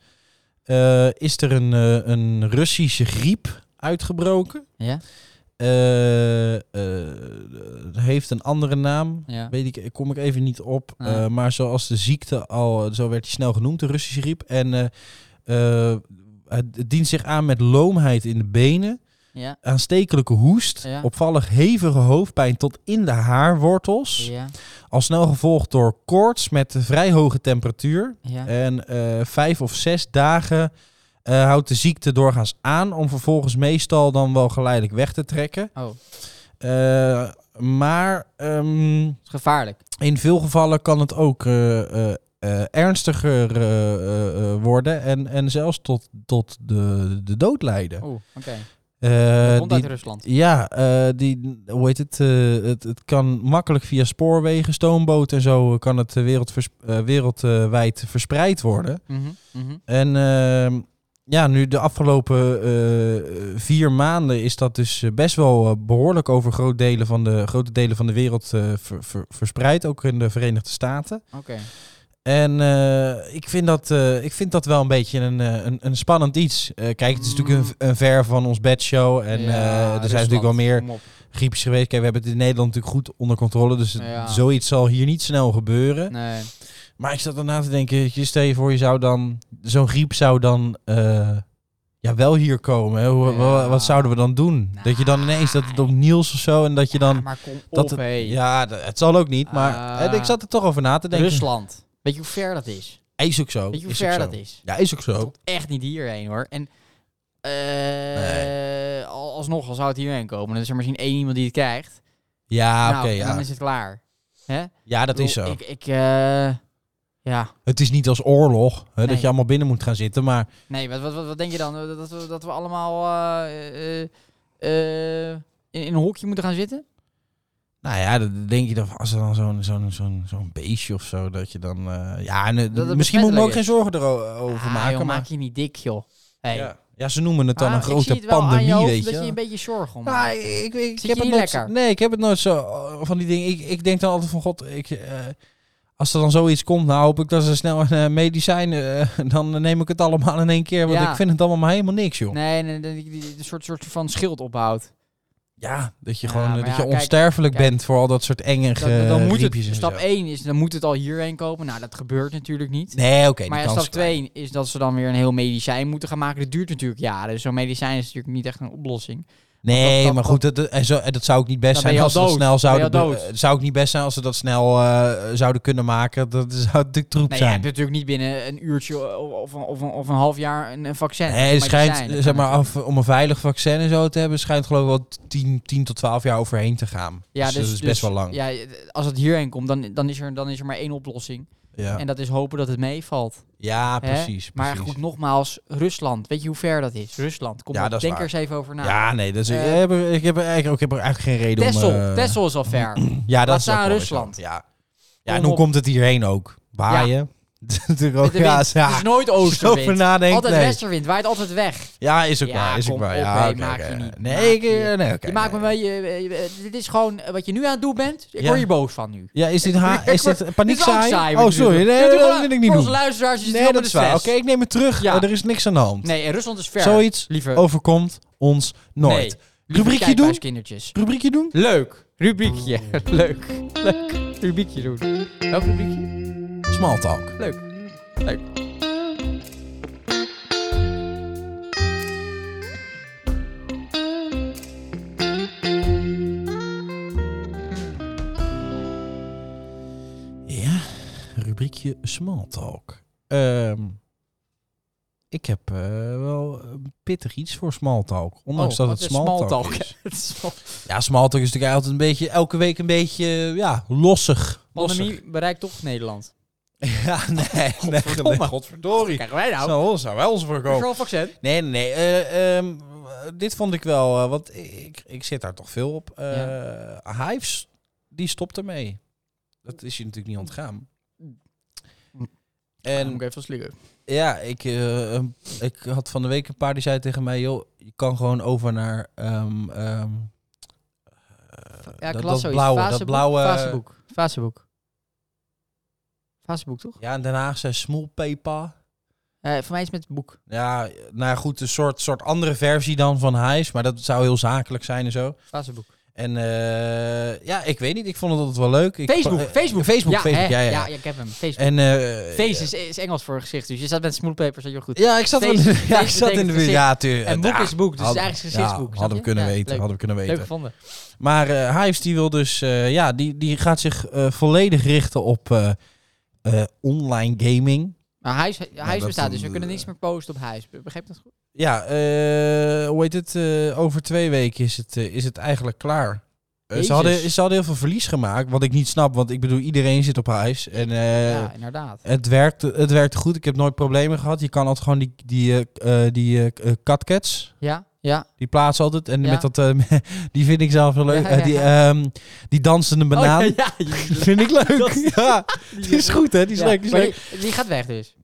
S1: eh, is er een, eh, een Russische griep uitgebroken.
S2: Ja?
S1: Eh, eh, het heeft een andere naam.
S2: Ja.
S1: Weet ik, kom ik even niet op.
S2: Nee.
S1: eh, maar zoals de ziekte al, zo werd hij snel genoemd, de Russische griep. En eh, eh, het het dient zich aan met loomheid in de benen,
S2: Ja.
S1: aanstekelijke hoest,
S2: Ja.
S1: opvallig hevige hoofdpijn tot in de haarwortels.
S2: Ja.
S1: Al snel gevolgd door koorts met vrij hoge temperatuur. eh,
S2: Ja.
S1: En eh, vijf of zes dagen eh, houdt de ziekte doorgaans aan om vervolgens meestal dan wel geleidelijk weg te trekken.
S2: Oh, dat
S1: Eh, maar ehm,
S2: is gevaarlijk.
S1: in veel gevallen kan het ook eh, eh, eh, ernstiger eh, eh, eh, worden en, en zelfs tot, tot de, de dood leiden.
S2: Oeh, oké.
S1: Eh,
S2: Komt
S1: die-
S2: Oh, uit Rusland.
S1: ja, eh, die, hoe heet het, eh, het? Het kan makkelijk via spoorwegen, stoomboten en zo eh, kan het eh, wereldvers- eh, wereldwijd verspreid worden.
S2: Mhm, mhm.
S1: En ehm, ja, nu de afgelopen eh, vier maanden is dat dus eh, best wel eh, behoorlijk over groot delen van de, grote delen van de wereld eh, ver- ver- verspreid, ook in de Verenigde Staten.
S2: Oké.
S1: En eh, ik, vind dat, eh, ik vind dat wel een beetje een, eh, een, een spannend iets. Eh, kijk, het is natuurlijk een, een ver van ons bedshow. En
S2: Ja,
S1: eh, er zijn
S2: Rusland,
S1: natuurlijk wel meer
S2: kom op.
S1: griepjes geweest. Kijk, we hebben het in Nederland natuurlijk goed onder controle. Dus het-
S2: Ja.
S1: zoiets zal hier niet snel gebeuren.
S2: Nee.
S1: Maar ik zat daarna te denken, je stel je voor, je zou dan zo'n griep zou dan eh, ja, wel hier komen. Hè? Hoe-
S2: Ja. Nou,
S1: wa- Wat zouden we dan doen? Dat je dan ineens dat het op Niels of zo en dat je dan.
S2: Ah, maar kom
S1: dat
S2: op,
S1: het-
S2: hé.
S1: Ja, d- het zal ook niet. Maar
S2: Ah.
S1: eh, ik zat er toch over na te denken.
S2: Rusland. Weet je hoe ver dat is?
S1: Is ook zo.
S2: Weet je hoe
S1: is
S2: ver
S1: ook zo.
S2: dat is?
S1: Ja, is ook zo.
S2: Tot echt niet hierheen hoor. En eh, al- alsnog, al zou het hierheen komen, dan is er misschien één iemand die het krijgt.
S1: Ja,
S2: nou,
S1: Ah, oké.
S2: en dan
S1: ja.
S2: is het klaar.
S1: ja, dat
S2: Ik
S1: is
S2: bedoel,
S1: zo.
S2: Ik, ik, eh, ja.
S1: Het is niet als oorlog hè,
S2: Nee.
S1: dat je allemaal binnen moet gaan zitten. Maar
S2: Nee, wat, wat, wat, wat denk je dan? Dat, dat, we- dat we allemaal eh, eh, eh, in, in een hokje moeten gaan zitten?
S1: Nou ja, dan denk je dan van, als er dan zo'n zo'n zo'n zo'n beestje of zo, dat je dan... eh, ja, en, eh,
S2: Dat het
S1: misschien moet ik me ook geen
S2: besmettelijk
S1: zorgen erover
S2: Ah,
S1: maken,
S2: joh,
S1: maar...
S2: maak je niet dik, joh. Hey.
S1: ja. ja, ze noemen het dan
S2: Ah,
S1: een
S2: ik zie
S1: grote
S2: het wel aan
S1: pandemie,
S2: je hoofd
S1: weet je.
S2: dat je een beetje zorgen om
S1: Nou,
S2: maakt.
S1: ik, ik, ik
S2: je
S1: heb het
S2: niet
S1: nooit,
S2: lekker?
S1: Nee, ik heb het nooit zo eh, van die dingen. Ik, ik denk dan altijd van, god, ik, eh, als er dan zoiets komt, nou hoop ik dat ze snel een eh, medicijn... eh, dan neem ik het allemaal in één keer, want
S2: Ja.
S1: ik vind het allemaal maar helemaal niks, joh.
S2: Nee, nee, nee, die- die- een soort, soort van schild opbouwt.
S1: Ja, dat je
S2: Ja,
S1: gewoon eh,
S2: maar
S1: dat
S2: ja,
S1: je
S2: kijk,
S1: onsterfelijk
S2: kijk.
S1: bent voor al dat soort enge
S2: Dan, dan- dan moet het,
S1: griepjes eh, en
S2: stap
S1: zo.
S2: 1 is, dan moet het al hierheen komen. Nou, dat gebeurt natuurlijk niet.
S1: Nee, oké, die
S2: maar ja,
S1: kans
S2: stap
S1: is klein.
S2: 2 is dat ze dan weer een heel medicijn moeten gaan maken. Dat duurt natuurlijk jaren. Dus zo'n medicijn is natuurlijk niet echt een oplossing.
S1: Nee,
S2: dat- dat-
S1: maar goed, dat, dat- en zo, en dat zou ook niet best
S2: Dan ben
S1: zijn
S2: je
S1: als ze
S2: al
S1: dat
S2: dood.
S1: snel
S2: Dan ben je
S1: zouden.
S2: al
S1: be-
S2: dood.
S1: eh, zou ook niet best zijn als ze dat snel eh, zouden kunnen maken. Dat zou natuurlijk troep
S2: Nee, je
S1: zijn.
S2: hebt natuurlijk niet binnen een uurtje of, of, of, een- of een half jaar een, een vaccin.
S1: Nee,
S2: Een
S1: het schijnt,
S2: medicijn, dat
S1: zeg
S2: kan
S1: maar, af, om een veilig vaccin en zo te hebben, schijnt geloof ik wel 10, 10 tot 12 jaar overheen te gaan.
S2: Ja,
S1: dus, dat is best wel lang. Ja.
S2: Ja, als het hierheen komt, dan, dan, is er, dan is er maar één oplossing.
S1: Ja.
S2: En dat is hopen dat het meevalt. Hè?
S1: precies.
S2: Maar
S1: precies.
S2: goed, nogmaals, Rusland. Weet je hoe ver dat is? Rusland. Kom
S1: Ja,
S2: op,
S1: dat is
S2: denk
S1: waar.
S2: er eens even over na.
S1: ja, nee, dat is,
S2: Eh,
S1: ik, heb er, ik, heb er eigenlijk, ik heb er eigenlijk geen reden
S2: Texel,
S1: om... eh,
S2: Texel is al ver.
S1: Ja, dat
S2: Laat
S1: is
S2: staan
S1: ook wel weer
S2: Rusland.
S1: zo. Ja, ja
S2: Kom
S1: en hoe
S2: op.
S1: komt het hierheen ook? Waaien? Natuurlijk ook,
S2: Met de wind.
S1: ja,
S2: Het
S1: ja.
S2: is nooit
S1: Als je erover
S2: oosterwind.
S1: nadenkt,
S2: Altijd
S1: nee.
S2: westerwind, waait altijd weg.
S1: Ja, is ook
S2: Ja,
S1: waar. Is ook
S2: kom
S1: waar.
S2: op,
S1: Ja,
S2: hé,
S1: oké,
S2: maak
S1: oké.
S2: je niet.
S1: Nee,
S2: Maak
S1: ik, eh,
S2: je
S1: nee, oké.
S2: je maakt me
S1: nee.
S2: wel je, eh, eh, Dit is gewoon eh, wat je nu aan het doen bent. Ik word
S1: Ja.
S2: hier boos van nu.
S1: Ja, is dit, ha is dit paniek
S2: Dit is ook saai wat
S1: Oh,
S2: je nu
S1: sorry.
S2: doet.
S1: Nee,
S2: Dit is
S1: dat
S2: wel-
S1: wil ik niet
S2: voor onze
S1: doen.
S2: luisteraars is het
S1: Nee,
S2: heel
S1: dat
S2: met
S1: is
S2: de
S1: waar. Oké,
S2: stress.
S1: ik neem het terug.
S2: Ja.
S1: Eh, Er is niks aan de hand.
S2: Nee, en Rusland is ver.
S1: Zoiets
S2: Lieve.
S1: overkomt ons Oh, nooit.
S2: Nee. Lieve
S1: Rubriekje
S2: kijkbuis,
S1: doen?
S2: kindertjes.
S1: Rubriekje doen?
S2: Leuk. Rubriekje. Leuk. Leuk. Rubriekje doen. Welk rubriekje?
S1: Small talk.
S2: Leuk. Leuk.
S1: Ja, rubriekje small talk. Ehm, ik heb eh, wel een pittig iets voor small talk. Ondanks
S2: Oh,
S1: dat
S2: wat
S1: het
S2: is
S1: small,
S2: small
S1: talk,
S2: talk?
S1: is.
S2: Het is wel-
S1: Ja, small talk is natuurlijk altijd een beetje, elke week een beetje, ja, lossig. Lossig.
S2: Pandemie bereikt toch Nederland.
S1: Ja, nee.
S2: Godverdomme.
S1: nee, Godverdorie.
S2: Krijgen wij nou?
S1: Zou, zou wel eens
S2: Is er
S1: voorkomen.
S2: al vaccin?
S1: Nee, nee, nee. eh, ehm, dit vond ik wel, eh, want ik, ik zit daar toch veel op. Eh, Hives, die stopt ermee. Dat is je natuurlijk niet ontgaan.
S2: En moet
S1: En
S2: ik even slikken.
S1: ja, ik, eh, ik had van de week een paar die zei tegen mij... joh, je kan gewoon over naar... ehm, ehm, eh,
S2: Ja,
S1: dat,
S2: ik
S1: dat
S2: las zoiets.
S1: blauwe, dat
S2: Facebooek,
S1: blauwe...
S2: Facebook. Facebook. Facebook, toch?
S1: Ja, in Den Haag zijn smoelpepa.
S2: Eh voor mij is het met boek.
S1: Ja, nou ja, goed, een soort, soort andere versie dan van Hives. Maar dat zou heel zakelijk zijn en zo.
S2: Facebook.
S1: En eh, ja, ik weet niet. Ik vond het altijd wel leuk. Ik,
S2: Facebook,
S1: eh,
S2: Facebook.
S1: Facebook,
S2: ja,
S1: Facebook,
S2: hè?
S1: ja, ja.
S2: ik heb hem. Facebook.
S1: En, eh,
S2: Face is, is Engels voor gezicht, dus je staat met smoelpapers, dat je goed.
S1: Ja, ik zat, wel-
S2: Face-
S1: ja, ik
S2: Face
S1: zat in de
S2: betekent
S1: buurt. Ja, tuurlijk.
S2: en boek
S1: Ja,
S2: is boek, dus het is
S1: hadden-
S2: eigenlijk gezichtsboek.
S1: ja,
S2: snap
S1: hadden we
S2: je?
S1: kunnen
S2: Ja,
S1: weten,
S2: leuk.
S1: hadden we kunnen
S2: Leuk
S1: weten.
S2: gevonden.
S1: Maar eh Hives die wil dus, eh, ja, die, die gaat zich eh, volledig richten op eh, eh, online gaming.
S2: Nou, huis, huis
S1: dat- eh,
S2: bestaat dus, we kunnen niks meer posten op huis. Be- Begreep dat goed?
S1: Ja, eh, hoe heet het? eh, over twee weken is het, eh, is het eigenlijk klaar. Eh,
S2: Jezus.
S1: ze, hadden, ze hadden heel veel verlies gemaakt, wat ik niet snap. Want ik bedoel, iedereen zit op huis. En eh,
S2: ja, inderdaad.
S1: het, werkt, het werkt goed. Ik heb nooit problemen gehad. Je kan altijd gewoon die, die, eh, eh, die eh, eh, catcats,
S2: Ja, ja.
S1: Die plaatsen altijd. En
S2: Ja.
S1: met dat, eh, die vind ik zelf wel leuk.
S2: Ja,
S1: Eh,
S2: ja,
S1: die,
S2: ja.
S1: ehm, die dansende banaan.
S2: Oh, ja, ja,
S1: Die vind ik
S2: Dat
S1: leuk.
S2: is-
S1: ja, die is goed hè. Die is
S2: Ja,
S1: leuk. Die, is
S2: maar
S1: leuk.
S2: Die, die gaat weg dus.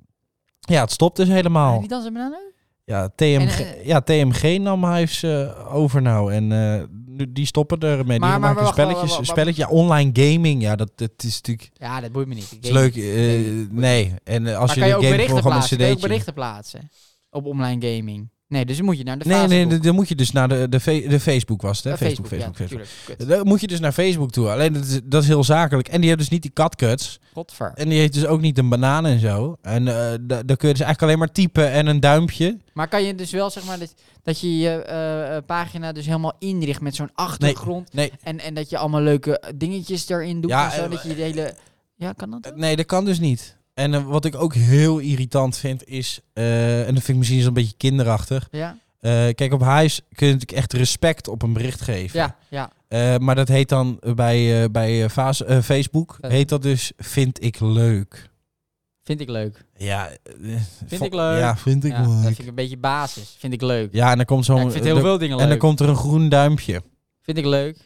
S1: Ja, het stopt dus helemaal.
S2: Die dansen bananen?
S1: Ja, TMG,
S2: En, eh,
S1: ja, TMG nam Hives eh, over nou. En eh, nu, die stoppen ermee.
S2: Maar-
S1: die
S2: maar
S1: maken
S2: wacht,
S1: spelletjes.
S2: wacht, wacht,
S1: spelletje, ja, online gaming. Ja, dat, dat is natuurlijk
S2: Ja, dat boeit me niet. Ik
S1: is
S2: denk-
S1: leuk. eh, nee. En eh, als
S2: maar kan
S1: je
S2: je
S1: de game
S2: ook berichten
S1: gewoon gewoon een
S2: plaatsen? Kan je ook
S1: cd'tje...
S2: berichten plaatsen? Op online gaming. Nee, dus dan moet je naar de
S1: Nee, nee,
S2: Facebook.
S1: dan- dan moet je dus naar de, de, fe- de Facebook was het, hè?
S2: Eh,
S1: Facebook, Facebook,
S2: ja,
S1: Facebook.
S2: tuurlijk. Kut.
S1: Dan moet je dus naar Facebook toe. Alleen dat is, dat is heel zakelijk. En die hebben dus niet die catcuts.
S2: Godver.
S1: En die heeft dus ook niet een banaan en zo. En eh, da- dan kun je dus eigenlijk alleen maar typen en een duimpje.
S2: Maar kan je dus wel zeg maar dat, dat je je eh, eh, pagina dus helemaal inricht met zo'n achtergrond
S1: Nee,
S2: en, en dat je allemaal leuke eh, dingetjes erin doet
S1: Ja,
S2: en zo,
S1: eh,
S2: dat je de hele ja kan dat?
S1: Eh,
S2: ook?
S1: Nee, dat kan dus niet. En eh, wat ik ook heel irritant vind is, eh, en dat vind ik misschien zo'n beetje kinderachtig.
S2: Ja,
S1: Eh, kijk, op Hives kun je natuurlijk echt respect op een bericht geven.
S2: ja, ja.
S1: Eh, maar dat heet dan bij, eh bij eh, Fas- eh, Facebook,
S2: Ja.
S1: heet dat dus vind ik leuk.
S2: Vind ik leuk.
S1: Ja, eh, vo-
S2: ik leuk.
S1: Ja, vind ik
S2: Ja, dat
S1: leuk.
S2: vind ik een beetje basis. Vind ik leuk.
S1: Ja, en dan komt zo'n...
S2: Ja, ik vind heel
S1: er-
S2: veel dingen leuk.
S1: en dan komt er een groen duimpje.
S2: Vind ik leuk.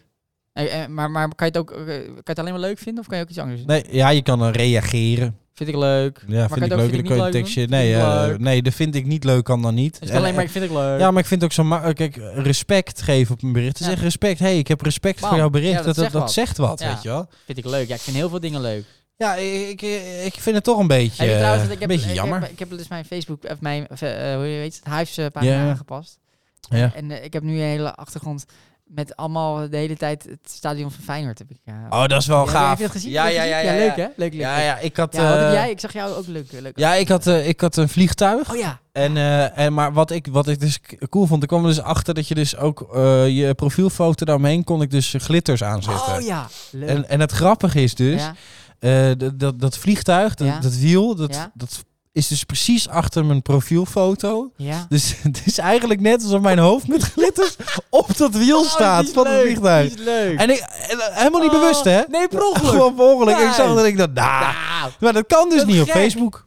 S2: Eh, eh, maar, maar kan je het ook eh, kan je het alleen maar leuk vinden of kan je ook iets anders doen?
S1: Nee, ja, je kan dan reageren.
S2: Vind ik leuk.
S1: Ja, vind
S2: Maar kan
S1: ik
S2: je het ook
S1: leuk.
S2: vind
S1: Dan
S2: ik
S1: kun je
S2: niet
S1: een
S2: leuk
S1: tekstje...
S2: doen?
S1: Nee,
S2: Vind ik
S1: eh,
S2: leuk.
S1: nee, dat vind ik niet leuk, kan dan niet.
S2: Dus
S1: En-
S2: alleen maar
S1: en-
S2: ik vind ik leuk.
S1: Ja, maar ik vind het ook zo ma- eh, Kijk, respect geven op een bericht. Te
S2: Ja.
S1: zeggen respect. hey, ik heb respect
S2: Bam.
S1: voor jouw bericht.
S2: Ja,
S1: dat, dat, dat zegt wat,
S2: Ja.
S1: weet je wel.
S2: Vind ik leuk. Ja, ik vind heel veel dingen leuk.
S1: Ja, ik, eh, ik vind het toch een beetje, eh,
S2: Heb je trouwens, dat ik
S1: een
S2: heb,
S1: beetje
S2: ik
S1: jammer.
S2: Heb, ik heb dus mijn Facebook, of mijn, of, eh, hoe je weet, het Hives eh, pagina
S1: Ja.
S2: aangepast.
S1: Ja.
S2: En eh, ik heb nu een hele achtergrond met allemaal de hele tijd het stadion van Feyenoord. Heb ik, ja.
S1: oh, dat is wel
S2: Ja, Heb
S1: gaaf.
S2: je dat gezien?
S1: Ja,
S2: Heb je
S1: ja,
S2: dat
S1: ja,
S2: gezien?
S1: ja,
S2: Leuk
S1: ja.
S2: hè? Leuk, leuk.
S1: Ja,
S2: leuk.
S1: ja, ik had,
S2: Ja, wat heb
S1: eh,
S2: jij? Ik zag jou ook leuk. leuk.
S1: ja, ik had, eh, ik had een vliegtuig.
S2: Oh ja.
S1: En, eh, en, maar wat ik, wat ik dus k- cool vond, ik kwam er dus achter dat je dus ook eh, je profielfoto daaromheen kon ik dus eh, glitters aanzetten.
S2: Oh ja. Leuk.
S1: En, en het grappige is dus,
S2: ja.
S1: eh, dat, dat, dat vliegtuig, dat,
S2: Ja.
S1: dat wiel, dat,
S2: Ja.
S1: dat is dus precies achter mijn profielfoto.
S2: ja.
S1: Dus het is eigenlijk net alsof mijn hoofd met glitters op dat wiel
S2: Oh,
S1: staat
S2: die is
S1: van het
S2: leuk,
S1: vliegtuig.
S2: die is leuk.
S1: En ik, en, eh, helemaal niet
S2: Oh,
S1: bewust, hè?
S2: Nee, per ongeluk.
S1: Gewoon per ongeluk. Ik zag
S2: Nee.
S1: dat ik dacht, nah.
S2: Nou,
S1: Maar dat kan dus
S2: Dat
S1: niet op
S2: gek.
S1: Facebook.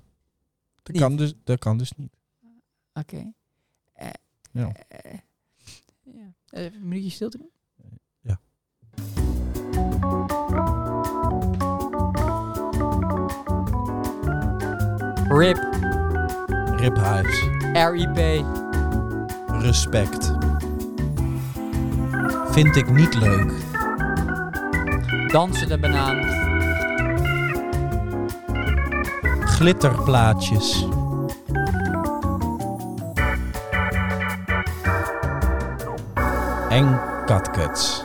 S1: Dat
S2: Niet.
S1: kan, dus, dat kan dus niet.
S2: Oké. Eh,
S1: Ja.
S2: eh, ja. Eh, Even een minuutje stil te doen?
S1: Ja.
S2: RIP,
S1: Rip Hives.
S2: RIP.
S1: Respect. Vind ik niet leuk.
S2: Dansende banaan.
S1: Glitterplaatjes. En catcuts.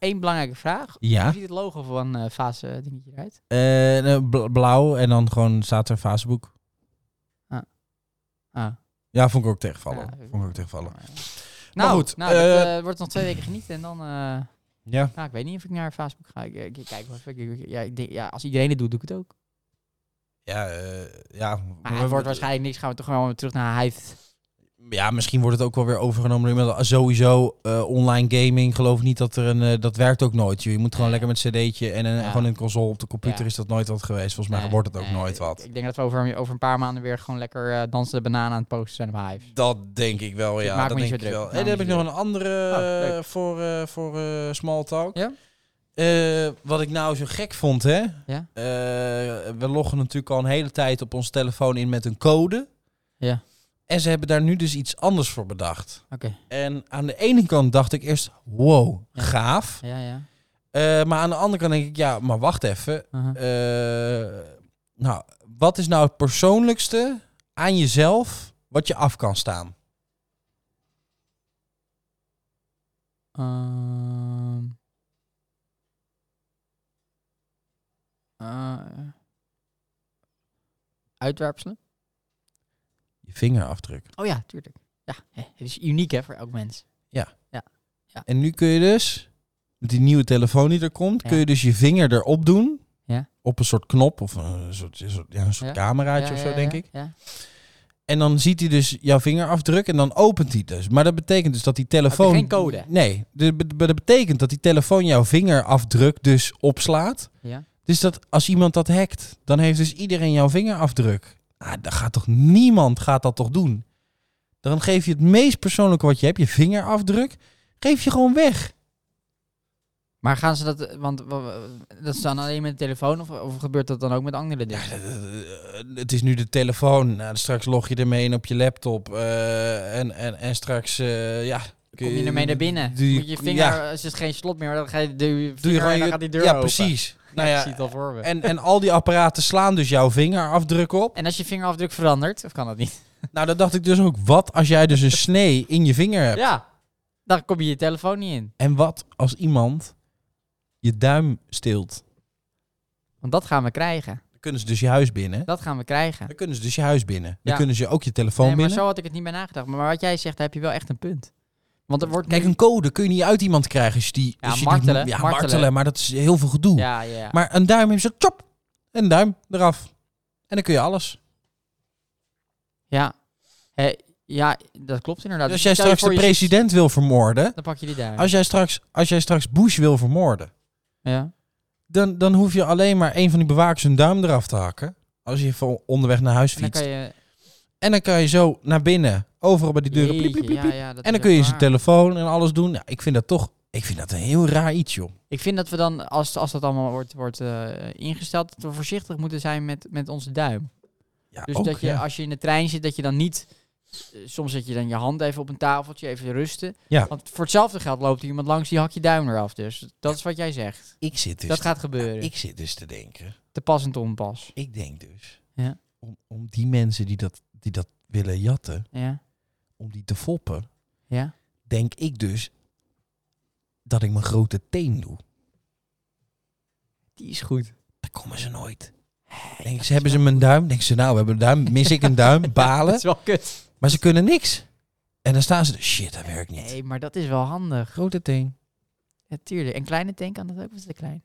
S2: Eén Eh, belangrijke vraag.
S1: Ja.
S2: Hoe ziet het logo van eh fase dingetje eruit?
S1: Eh, eh, bla- blauw en dan gewoon staat er Facebook.
S2: Ah,
S1: Ja, vond ik ook tegenvallen.
S2: Ja,
S1: vond ik ook tegenvallen.
S2: nou,
S1: Maar
S2: nou,
S1: goed,
S2: nou, dat,
S1: eh,
S2: eh, wordt nog twee weken genieten en dan... eh,
S1: Ja.
S2: nou, ik weet niet of ik naar Facebook ga. Ik, eh, ik, ik kijk wel even. Ik- ik- ja, ik denk, ja, als iedereen het doet, doe ik het ook.
S1: Ja, eh, ja. Eh,
S2: Maar het wordt waarschijnlijk niks. Gaan we toch gewoon weer terug naar Hive.
S1: ja, misschien wordt het ook wel weer overgenomen. door iemand. Sowieso eh, online gaming. Geloof niet dat er een. eh, dat werkt ook nooit. joh. Je moet gewoon
S2: Nee.
S1: lekker met cd'tje en een,
S2: Ja.
S1: gewoon een console op de computer
S2: Ja.
S1: is dat nooit wat geweest. Volgens mij
S2: Nee,
S1: wordt het ook
S2: nee,
S1: nooit
S2: ik-
S1: wat.
S2: Ik, denk dat we over, over een paar maanden weer gewoon lekker eh dansende bananen aan het posten zijn op Hive.
S1: Dat denk ik wel, ja.
S2: maak me
S1: dat
S2: niet
S1: denk
S2: zo
S1: ik
S2: druk.
S1: wel.
S2: Maak
S1: En
S2: me
S1: dan heb ik
S2: niet
S1: nog
S2: zo
S1: een andere
S2: Oh, leuk.
S1: eh, voor, eh voor eh, Small Talk.
S2: Ja?
S1: Eh, wat ik nou zo gek vond, hè.
S2: Ja?
S1: Eh, we loggen natuurlijk al een hele tijd op onze telefoon in met een code.
S2: Ja.
S1: En ze hebben daar nu dus iets anders voor bedacht.
S2: Oké.
S1: En aan de ene kant dacht ik eerst, wow,
S2: Ja.
S1: gaaf.
S2: Ja, ja.
S1: Eh, maar aan de andere kant denk ik, ja, maar wacht even.
S2: Aha.
S1: Eh, nou, wat is nou het persoonlijkste aan jezelf wat je af kan staan?
S2: Ehm. Eh, uitwerpselen?
S1: Je vingerafdruk.
S2: Oh ja, tuurlijk. Ja, hè, het is uniek hè, voor elk mens.
S1: En nu kun je dus, met die nieuwe telefoon die er komt,
S2: Ja.
S1: kun je dus je vinger erop doen.
S2: Ja.
S1: Op een soort knop of een soort, een soort- ja, een soort
S2: Ja.
S1: cameraatje
S2: Ja,
S1: of
S2: ja,
S1: zo,
S2: ja,
S1: denk
S2: ja,
S1: ik.
S2: Ja.
S1: En dan ziet hij dus jouw vingerafdruk en dan opent hij dus. Maar dat betekent dus dat die telefoon...
S2: Heb je geen code?
S1: Nee, de- be- be- dat betekent dat die telefoon jouw vingerafdruk dus opslaat.
S2: ja.
S1: Dus dat als iemand dat hackt, dan heeft dus iedereen jouw vingerafdruk. Ah, dat gaat toch niemand gaat dat toch doen? Dan geef je het meest persoonlijke wat je hebt, je vingerafdruk, geef je gewoon weg.
S2: Maar gaan ze dat, eh, want wa- wa- dat is dan alleen met de telefoon of, of gebeurt dat dan ook met andere dingen?
S1: Ja, eh, het is nu de telefoon. Nou, straks log je ermee in op je laptop. eh, en, en, en straks, eh, ja...
S2: Kom je ermee naar binnen?
S1: doe
S2: Moet je vinger, eh,
S1: ja,
S2: als het geen slot meer, dan ga je, doe je vinger
S1: doe je gewoon
S2: en dan
S1: je-
S2: gaat die deur
S1: ja,
S2: open.
S1: precies. Nou
S2: Nou
S1: ja,
S2: ik zie het al voor me. En,
S1: En, en al die apparaten slaan dus jouw vingerafdruk op.
S2: als je vingerafdruk verandert, of kan dat niet?
S1: Nou, dan dacht ik dus ook, wat als jij dus een snee in je vinger hebt?
S2: Ja, dan kom je je telefoon niet in.
S1: En wat als iemand je duim steelt?
S2: Want dat gaan we krijgen.
S1: Dan kunnen ze dus je huis binnen.
S2: Dat gaan we krijgen.
S1: Dan kunnen ze dus je huis binnen. Dan
S2: Ja.
S1: kunnen ze ook je telefoon
S2: Nee, maar
S1: binnen.
S2: zo had ik het niet bij nagedacht. Maar wat jij zegt, daar heb je wel echt een punt. Want er wordt
S1: Kijk,
S2: nu-
S1: een code kun je niet uit iemand krijgen. Als je die,
S2: Ja,
S1: als je
S2: martelen,
S1: Die, ja,
S2: martelen.
S1: maar dat is heel veel gedoe.
S2: Ja, ja, ja.
S1: Maar een duim heeft zo, chop, een duim eraf. En dan kun je alles.
S2: Ja. Hé, ja, dat klopt inderdaad.
S1: Dus als jij
S2: stel je
S1: straks
S2: voor
S1: de
S2: je ziet-
S1: president wil vermoorden,
S2: Dan pak je die daar.
S1: als jij straks, als jij straks Bush wil vermoorden,
S2: Ja.
S1: dan, dan hoef je alleen maar een van die bewakers een duim eraf te hakken. Als je van onderweg naar huis
S2: En dan
S1: fietst.
S2: kan je...
S1: En dan kan je zo naar binnen, overal bij die deuren. Pliep, pliep,
S2: Jeetje,
S1: pliep,
S2: ja,
S1: pliep.
S2: ja, dat
S1: en dan
S2: is
S1: kun je
S2: echt
S1: zijn
S2: waar.
S1: telefoon en alles doen. Ja, ik vind dat toch ik vind dat een heel raar iets, joh.
S2: Ik vind dat we dan, als, als dat allemaal wordt, wordt eh, ingesteld, dat we voorzichtig moeten zijn met, met onze duim.
S1: Ja,
S2: Dus
S1: ook,
S2: dat je,
S1: ja.
S2: als je in de trein zit, dat je dan niet... eh, Soms zet je dan je hand even op een tafeltje, even rusten.
S1: Ja.
S2: Want voor hetzelfde geld loopt er iemand langs, die hak je duim eraf. Dus dat is wat jij zegt.
S1: ik, zit dus
S2: dat gaat
S1: te,
S2: gebeuren.
S1: ik zit dus te denken.
S2: Te pas en te onpas.
S1: Ik denk dus
S2: Ja.
S1: om, om die mensen die dat, die dat willen jatten,
S2: Ja,
S1: om die te foppen,
S2: ja.
S1: denk ik dus dat ik mijn grote teen doe.
S2: Die is goed.
S1: Daar komen ze nooit. Denk, ze hebben ze mijn duim? Denken ze, nou, we hebben een duim. Mis ik een duim?
S2: Dat
S1: Balen.
S2: is wel kut.
S1: Maar ze kunnen niks. En dan staan ze dus, shit, dat werkt niet.
S2: Nee, maar dat is wel handig.
S1: Grote teen.
S2: Ja, tuurlijk. En kleine tank kan dat ook, was te klein.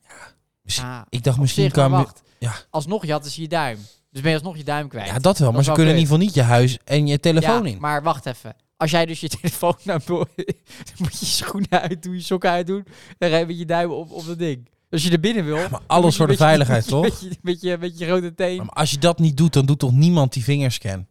S1: Misschien-
S2: Ah,
S1: Ik dacht,
S2: op
S1: misschien
S2: zich, maar
S1: kan... mu-
S2: wacht.
S1: ja.
S2: Alsnog jatten ze je duim. Dus ben je alsnog je duim kwijt.
S1: Ja, dat wel. Maar
S2: Dat is
S1: ze
S2: wel
S1: kunnen in
S2: kut.
S1: ieder geval niet je huis en je telefoon
S2: Ja,
S1: in.
S2: Maar wacht even. Als jij dus je telefoon naar boven... dan moet je je schoenen uitdoen, je sokken uitdoen. Dan ga je met je duim op, op dat ding. Als je er binnen wil...
S1: Ja, maar
S2: dan moet
S1: alles
S2: je
S1: voor de
S2: met je-
S1: veiligheid, toch?
S2: Met je, met, je, met je rode teen.
S1: Maar als je dat niet doet, dan doet toch niemand die vingerscan?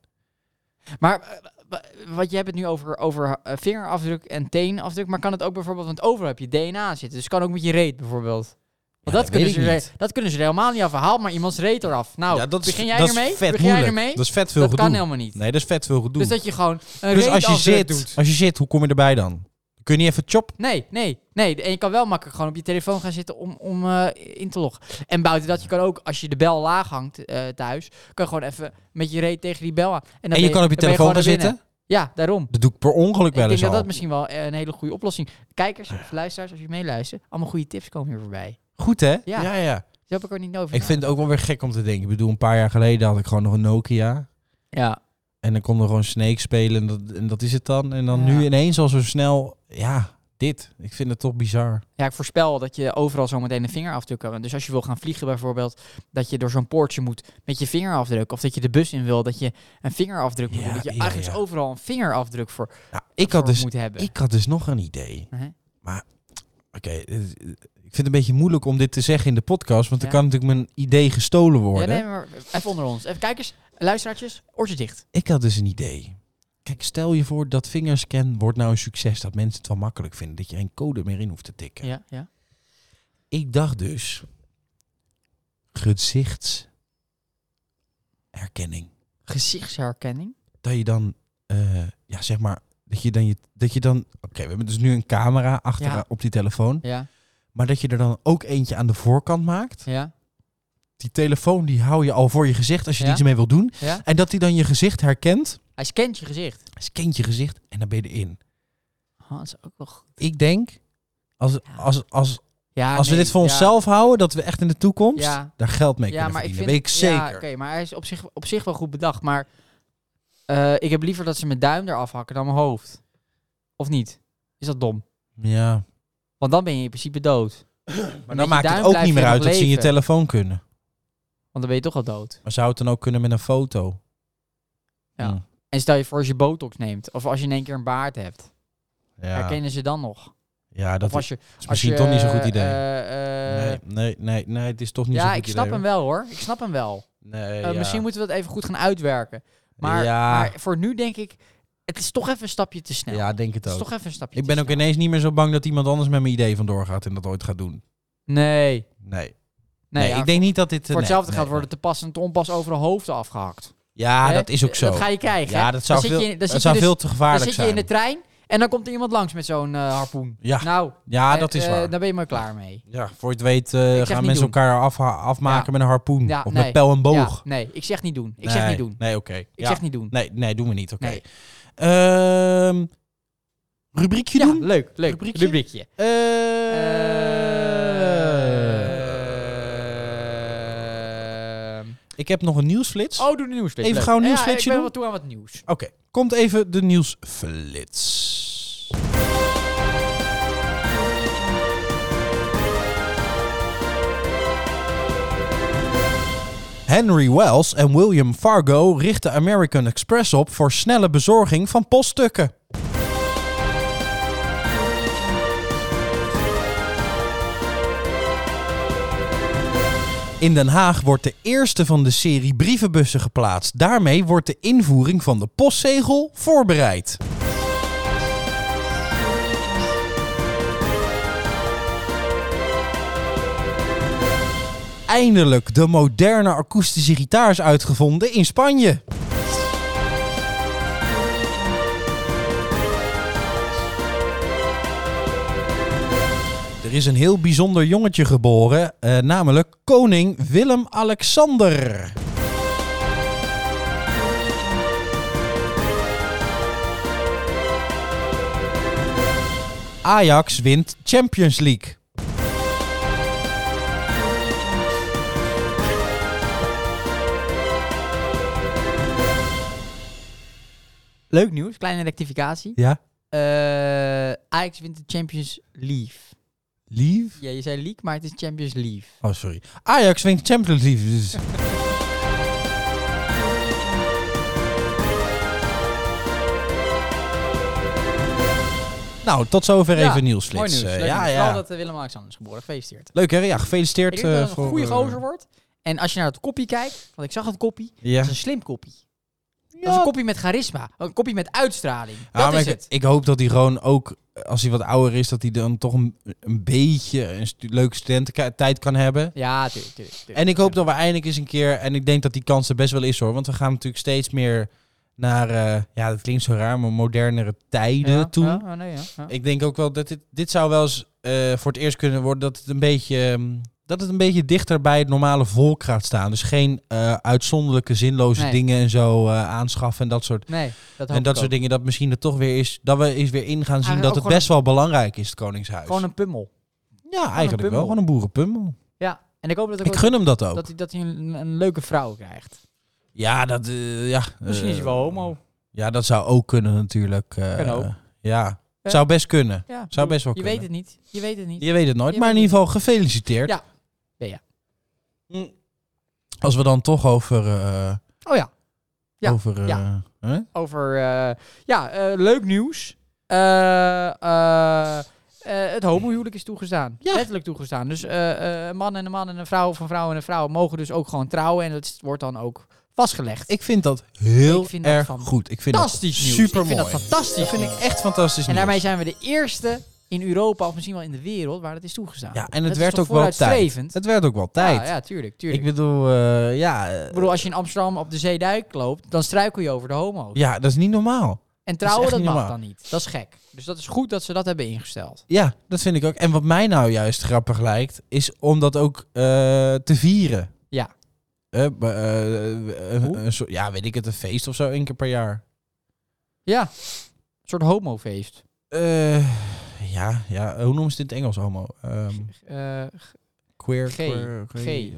S2: Maar eh, wa- wat je hebt het nu over, over eh, vingerafdruk en teenafdruk. Maar kan het ook bijvoorbeeld... Want overal heb je DNA zitten. Dus het kan ook met je reet bijvoorbeeld. Want
S1: Ja, dat
S2: dat,
S1: weet
S2: kunnen ze,
S1: ik
S2: er-
S1: niet.
S2: dat kunnen ze er helemaal niet af. Haal maar iemands reet eraf. Nou,
S1: Ja, dat is-
S2: begin jij
S1: dat is
S2: ermee?
S1: vet
S2: begin jij
S1: moeilijk.
S2: ermee?
S1: Dat is vet veel
S2: Dat
S1: gedoe.
S2: kan helemaal niet.
S1: Nee, dat is vet veel gedoe.
S2: Dus dat je gewoon een
S1: Dus als je
S2: reetafdruk
S1: zit,
S2: doet.
S1: als je zit, hoe kom je erbij dan? Kun je niet even chop?
S2: Nee, nee, nee. En je kan wel makkelijk gewoon op je telefoon gaan zitten om, om eh, in te loggen. En buiten dat, je kan ook, als je de bel laag hangt eh, thuis, kan je gewoon even met je reet tegen die bel aan. dan ben
S1: En je kan op je
S2: dan ben
S1: telefoon gaan
S2: gewoon naar
S1: zitten?
S2: binnen. Ja, daarom.
S1: Dat doe ik per ongeluk
S2: Ik
S1: wel
S2: denk
S1: eens
S2: dat
S1: al.
S2: dat misschien wel eh, een hele goede oplossing Kijkers of luisteraars, als je meeluistert, allemaal goede tips komen hier voorbij.
S1: Goed, hè?
S2: Ja.
S1: ja.
S2: Zo heb ik er niet over.
S1: Ik vind het ook wel weer gek om te denken. Ik bedoel, een paar jaar geleden had ik gewoon nog een Nokia.
S2: Ja,
S1: En dan kon er gewoon Snake spelen en dat, en dat is het dan. En dan
S2: Ja.
S1: nu ineens al zo snel, ja, dit. Ik vind het toch bizar.
S2: ja, ik voorspel dat je overal zo meteen een vingerafdruk kan. Dus als je wil gaan vliegen bijvoorbeeld, dat je door zo'n poortje moet met je vingerafdruk. Of dat je de bus in wil, dat je een vingerafdruk moet
S1: Ja,
S2: doen. Dat je
S1: ja,
S2: eigenlijk
S1: ja.
S2: overal een vingerafdruk voor
S1: Nou, ik, had
S2: voor
S1: dus,
S2: moet hebben.
S1: ik had dus nog een idee.
S2: Mhm.
S1: Maar, oké, dit is- ik vind het een beetje moeilijk om dit te zeggen in de podcast. Want
S2: Ja.
S1: dan kan natuurlijk mijn idee gestolen worden.
S2: Ja, nee, maar even onder ons. Even kijkers, luisteraartjes, oortje dicht.
S1: Ik had dus een idee. Kijk, stel je voor dat vingerscan wordt nou een succes. Dat mensen het wel makkelijk vinden. Dat je geen code meer in hoeft te tikken.
S2: Ja, ja.
S1: Ik dacht dus... Gezichtsherkenning.
S2: Gezichtsherkenning.
S1: Dat je dan... eh, ja, zeg maar... Dat je dan... Je, dat je dan Oké, we hebben dus nu een camera achter eh,
S2: Ja.
S1: op die telefoon.
S2: Ja,
S1: Maar dat je er dan ook eentje aan de voorkant maakt.
S2: ja,
S1: Die telefoon die hou je al voor je gezicht als je
S2: Ja.
S1: er iets mee wil doen.
S2: ja.
S1: En dat hij dan je gezicht herkent.
S2: Hij scant je gezicht.
S1: Scant je gezicht en dan ben je erin.
S2: Oh,
S1: Ah,
S2: dat is ook wel goed.
S1: Ik denk... Als,
S2: Ja.
S1: als, als,
S2: Ja,
S1: Als we
S2: nee,
S1: dit voor
S2: ja.
S1: onszelf houden, dat we echt in de toekomst
S2: Ja.
S1: daar geld mee
S2: Ja,
S1: kunnen
S2: maar ik vind...
S1: verdienen. weet ik
S2: Ja, oké,
S1: zeker.
S2: maar hij is op zich, op zich wel goed bedacht. Maar eh, ik heb liever dat ze mijn duim eraf hakken dan mijn hoofd. Of niet? Is dat dom?
S1: Ja,
S2: Want dan ben je in principe dood.
S1: Maar
S2: je
S1: dan maakt het
S2: duim
S1: ook
S2: blijft
S1: niet meer
S2: nog
S1: uit dat ze in je
S2: leven.
S1: telefoon kunnen.
S2: Want dan ben je toch al dood.
S1: Maar zou het dan ook kunnen met een foto?
S2: Ja.
S1: Hmm.
S2: En stel je voor als je botox neemt. Of als je in één keer een baard hebt.
S1: Ja,
S2: Herkennen ze dan nog?
S1: ja
S2: Of
S1: dat
S2: als
S1: is
S2: je, als
S1: misschien
S2: je,
S1: toch niet zo'n goed idee.
S2: eh, eh,
S1: nee, nee, nee, nee, het is toch niet
S2: ja,
S1: zo'n
S2: ik
S1: goed
S2: snap
S1: idee,
S2: hem wel hoor. Ik snap hem wel.
S1: hoor. Nee,
S2: Eh,
S1: ja.
S2: Misschien moeten we dat even goed gaan uitwerken. Maar,
S1: Ja.
S2: maar voor nu denk ik, het is toch even een stapje te snel.
S1: Ja, denk
S2: het
S1: het
S2: is
S1: ook.
S2: toch even een stapje
S1: Ik
S2: te
S1: ben ook
S2: snel.
S1: ineens niet meer zo bang dat iemand anders met mijn idee vandoor gaat en dat ooit gaat doen.
S2: Nee, nee,
S1: Nee.
S2: ja,
S1: Nee, ik denk niet dat dit...
S2: voor hetzelfde gaat worden te pas en te onpas over de hoofden afgehakt.
S1: Ja,
S2: Hè? Eh,
S1: dat is ook zo.
S2: Dat ga je krijgen. hè?
S1: ja, dat zou,
S2: Dan zit
S1: veel,
S2: je in-
S1: dat
S2: dan zit je
S1: zou
S2: dus-
S1: veel te
S2: Dan
S1: gevaarlijk
S2: zit je in
S1: zijn.
S2: de trein en dan komt er iemand langs met zo'n eh, harpoen.
S1: Ja,
S2: Nou,
S1: ja,
S2: eh,
S1: dat is
S2: eh,
S1: waar.
S2: daar ben je maar klaar mee.
S1: Ja, voor je het weet eh,
S2: niet
S1: gaan mensen
S2: doen.
S1: elkaar afha- afmaken
S2: Ja.
S1: met een harpoen.
S2: Ja,
S1: of
S2: nee.
S1: met pijl en boog.
S2: Ja, nee, ik zeg niet doen. Ik zeg
S1: Nee,
S2: niet doen.
S1: Nee, oké.
S2: Ik
S1: Ja.
S2: zeg niet doen.
S1: Nee, nee, doen we niet. Oké.
S2: Nee.
S1: Ehm, rubriekje
S2: Ja,
S1: doen?
S2: leuk, leuk.
S1: Rubriekje?
S2: Rubriekje.
S1: Eh,
S2: Ehm.
S1: ik heb nog een nieuwsflits.
S2: Oh, doe de nieuwsflits.
S1: Even
S2: leuk.
S1: gauw een
S2: Ja,
S1: nieuwsflitsje
S2: ik ben
S1: doen.
S2: wel toe aan wat nieuws.
S1: Oké, komt even de nieuwsflits. Henry Wells en William Fargo richten American Express op voor snelle bezorging van poststukken. In Den Haag wordt de eerste van de serie brievenbussen geplaatst. Daarmee wordt de invoering van de postzegel voorbereid. Eindelijk de moderne akoestische gitaar is uitgevonden in Spanje. Er is een heel bijzonder jongetje geboren, eh, namelijk koning Willem-Alexander. Ajax wint Champions League.
S2: Leuk nieuws, kleine rectificatie.
S1: Ja,
S2: Eh Ajax wint de Champions League.
S1: lief.
S2: Ja, je zei league, maar het is Champions League.
S1: Oh, sorry. Ajax wint Champions League. Dus- nou, tot zover
S2: Ja,
S1: even nieuwsflits.
S2: Mooi nieuws.
S1: Eh,
S2: leuk
S1: ja,
S2: nieuws.
S1: ja.
S2: Vooral dat eh, Willem-Alexander is geboren. Gefeliciteerd.
S1: Leuk hè? Ja,
S2: Ik
S1: gefeliciteerd.
S2: denk dat
S1: eh,
S2: het een
S1: voor,
S2: goede
S1: eh,
S2: gozer wordt. En als je naar dat koppie kijkt, want ik zag dat koppie,
S1: Ja.
S2: dat is een slim koppie. Dat is
S1: Ja.
S2: een koppie met charisma. Een koppie met uitstraling.
S1: Ja,
S2: Dat
S1: maar
S2: is
S1: ik,
S2: het.
S1: ik hoop dat hij gewoon ook, eh, als hij wat ouder is, dat hij dan toch een, een beetje een stu- leuke studententijd kan hebben.
S2: Ja, tuurlijk, tuurlijk, tuurlijk.
S1: En ik hoop dat we eindelijk eens een keer, en ik denk dat die kans er best wel is hoor, want we gaan natuurlijk steeds meer naar, eh, ja dat klinkt zo raar, maar modernere tijden
S2: Ja,
S1: toe.
S2: ja, ja, nee, ja, ja.
S1: Ik denk ook wel dat dit, dit zou wel eens eh, voor het eerst kunnen worden dat het een beetje... ehm, dat het een beetje dichter bij het normale volk gaat staan. Dus geen eh, uitzonderlijke zinloze
S2: Nee.
S1: dingen en zo eh, aanschaffen en dat soort
S2: Nee, dat hoop
S1: en dat
S2: ik
S1: soort
S2: ook.
S1: dingen, dat misschien er toch weer is, dat we eens weer in gaan zien
S2: Eigenlijk
S1: dat
S2: ook
S1: het
S2: gewoon
S1: best wel belangrijk is, het Koningshuis.
S2: Gewoon een pummel.
S1: ja, eigenlijk
S2: pummel.
S1: wel, gewoon een boerenpummel.
S2: Ja. En ik hoop dat, ook
S1: Ik gun hem dat ook. Eh,
S2: dat, hij, dat hij een, een leuke vrouw krijt.
S1: ja, dat, eh, ja.
S2: Misschien is hij
S1: eh,
S2: wel homo.
S1: Ja, dat zou ook kunnen natuurlijk. eh,
S2: Kan ook.
S1: Ja,
S2: Ja.
S1: zou best kunnen.
S2: Ja,
S1: Zou best wel
S2: je
S1: kunnen.
S2: weet het niet. Je weet het niet.
S1: Je weet het nooit,
S2: Je
S1: maar in
S2: weet
S1: ieder geval gefeliciteerd.
S2: Ja. Ja, ja.
S1: Hm. Als we dan toch over... eh,
S2: Oh ja, Ja,
S1: over eh,
S2: ja.
S1: hè?
S2: over... eh, ja, eh, leuk nieuws. Eh, eh, eh, het homohuwelijk is toegestaan.
S1: Ja.
S2: Letterlijk toegestaan. Dus eh, eh, een man en een man en een vrouw of een vrouw en een vrouw mogen dus ook gewoon trouwen. En dat wordt dan ook vastgelegd.
S1: Ik vind dat heel
S2: Ik vind dat
S1: erg
S2: van-
S1: goed. Ik vind dat
S2: fantastisch nieuws.
S1: super
S2: Ik vind dat
S1: mooi.
S2: fantastisch
S1: vind ik
S2: nieuws.
S1: echt fantastisch
S2: En
S1: nieuws.
S2: daarmee zijn we de eerste in Europa of misschien wel in de wereld waar dat is toegestaan.
S1: Ja, en
S2: Dat
S1: het
S2: is
S1: werd
S2: toch
S1: ook wel tijd.
S2: vooruitstrevend?
S1: Het werd ook wel tijd.
S2: Ja, ja, tuurlijk, tuurlijk.
S1: Ik bedoel, eh, ja, eh,
S2: Ik bedoel, als je in Amsterdam op de Zeedijk loopt, dan struikel je over de homo's.
S1: ja, dat is niet normaal.
S2: En trouwen,
S1: echt
S2: dat,
S1: niet
S2: mag
S1: normaal.
S2: dan niet. Dat is gek. Dus dat is goed dat ze dat hebben ingesteld.
S1: Ja, dat vind ik ook. En wat mij nou juist grappig lijkt, is om dat ook eh, te vieren.
S2: Ja.
S1: Eh, b- eh, eh,
S2: Hoe?
S1: een soort- ja, weet ik het, een feest of zo, één keer per jaar.
S2: Ja. Een soort homofeest.
S1: Eh, ja, ja, hoe noemen ze dit in het Engels, homo? Ehm,
S2: Eh,
S1: queer,
S2: G.
S1: queer,
S2: G.
S1: eh,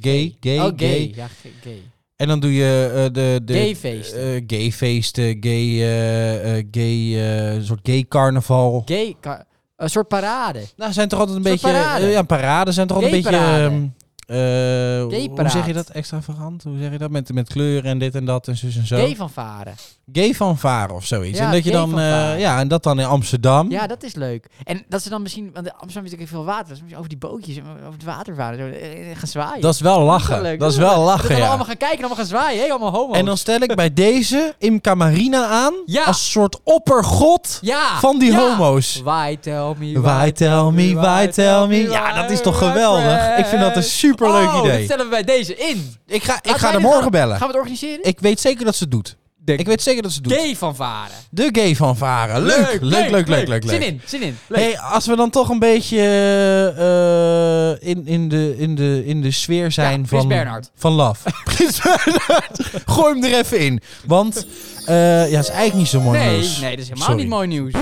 S1: gay, gay,
S2: oh, gay.
S1: gay.
S2: Ja, ge- gay.
S1: En dan doe je eh, de, de
S2: Gayfeesten.
S1: eh, gayfeesten, gay, eh, eh, gay, eh, een soort gay carnaval.
S2: Gay. ka- eh, Een soort parade.
S1: Nou, zijn toch altijd een
S2: Een
S1: beetje...
S2: soort parade.
S1: eh, ja, paraden zijn toch altijd een beetje...
S2: Gayparade.
S1: ehm, eh, hoe
S2: Gayparade.
S1: zeg je dat? Extravagant? Hoe zeg je dat? Met, met kleuren en dit en dat en zus en zo.
S2: Gay van varen.
S1: Gay van Varen of zoiets.
S2: Ja,
S1: en dat je
S2: gay
S1: dan...
S2: van
S1: eh,
S2: Varen.
S1: ja, en dat dan in Amsterdam.
S2: Ja, dat is leuk. En dat ze dan misschien, want Amsterdam is natuurlijk veel water, dat ze misschien over die bootjes, en over het water varen, zo, eh, gaan zwaaien.
S1: Dat is wel
S2: Dat
S1: lachen.
S2: is wel leuk,
S1: Dat is
S2: dat is
S1: wel
S2: Dat
S1: lachen,
S2: we
S1: ja.
S2: allemaal gaan kijken en allemaal gaan zwaaien. Hé, allemaal homo's.
S1: En dan stel ik bij deze Imca Marina aan
S2: Ja.
S1: als soort oppergod
S2: ja,
S1: van die
S2: ja.
S1: homo's.
S2: Why tell me,
S1: Why tell me, why tell me. Ja, dat is toch geweldig. Ik vind dat een superleuk
S2: oh, dat
S1: idee.
S2: stellen we bij deze in.
S1: Ik ga, ik
S2: Laten
S1: ga
S2: wij
S1: haar
S2: dit
S1: morgen
S2: gaan-
S1: bellen.
S2: Gaan we het organiseren?
S1: Ik weet zeker dat ze het doet.
S2: De
S1: Ik weet zeker dat ze het doet.
S2: gay van varen.
S1: De gay van Varen. Leuk, leuk, leuk, leuk, leuk.
S2: Zin
S1: leuk.
S2: in, zin in. Leuk.
S1: Hey, als we dan toch een beetje eh, eh, in, in, de, in, de, in de sfeer zijn
S2: Ja, Prins
S1: van,
S2: Bernhard.
S1: van Love. Prins Bernhard. Gooi hem er even in. Want eh, ja, het is eigenlijk niet zo mooi
S2: nee,
S1: nieuws.
S2: nee, dat is helemaal
S1: Sorry.
S2: niet mooi nieuws.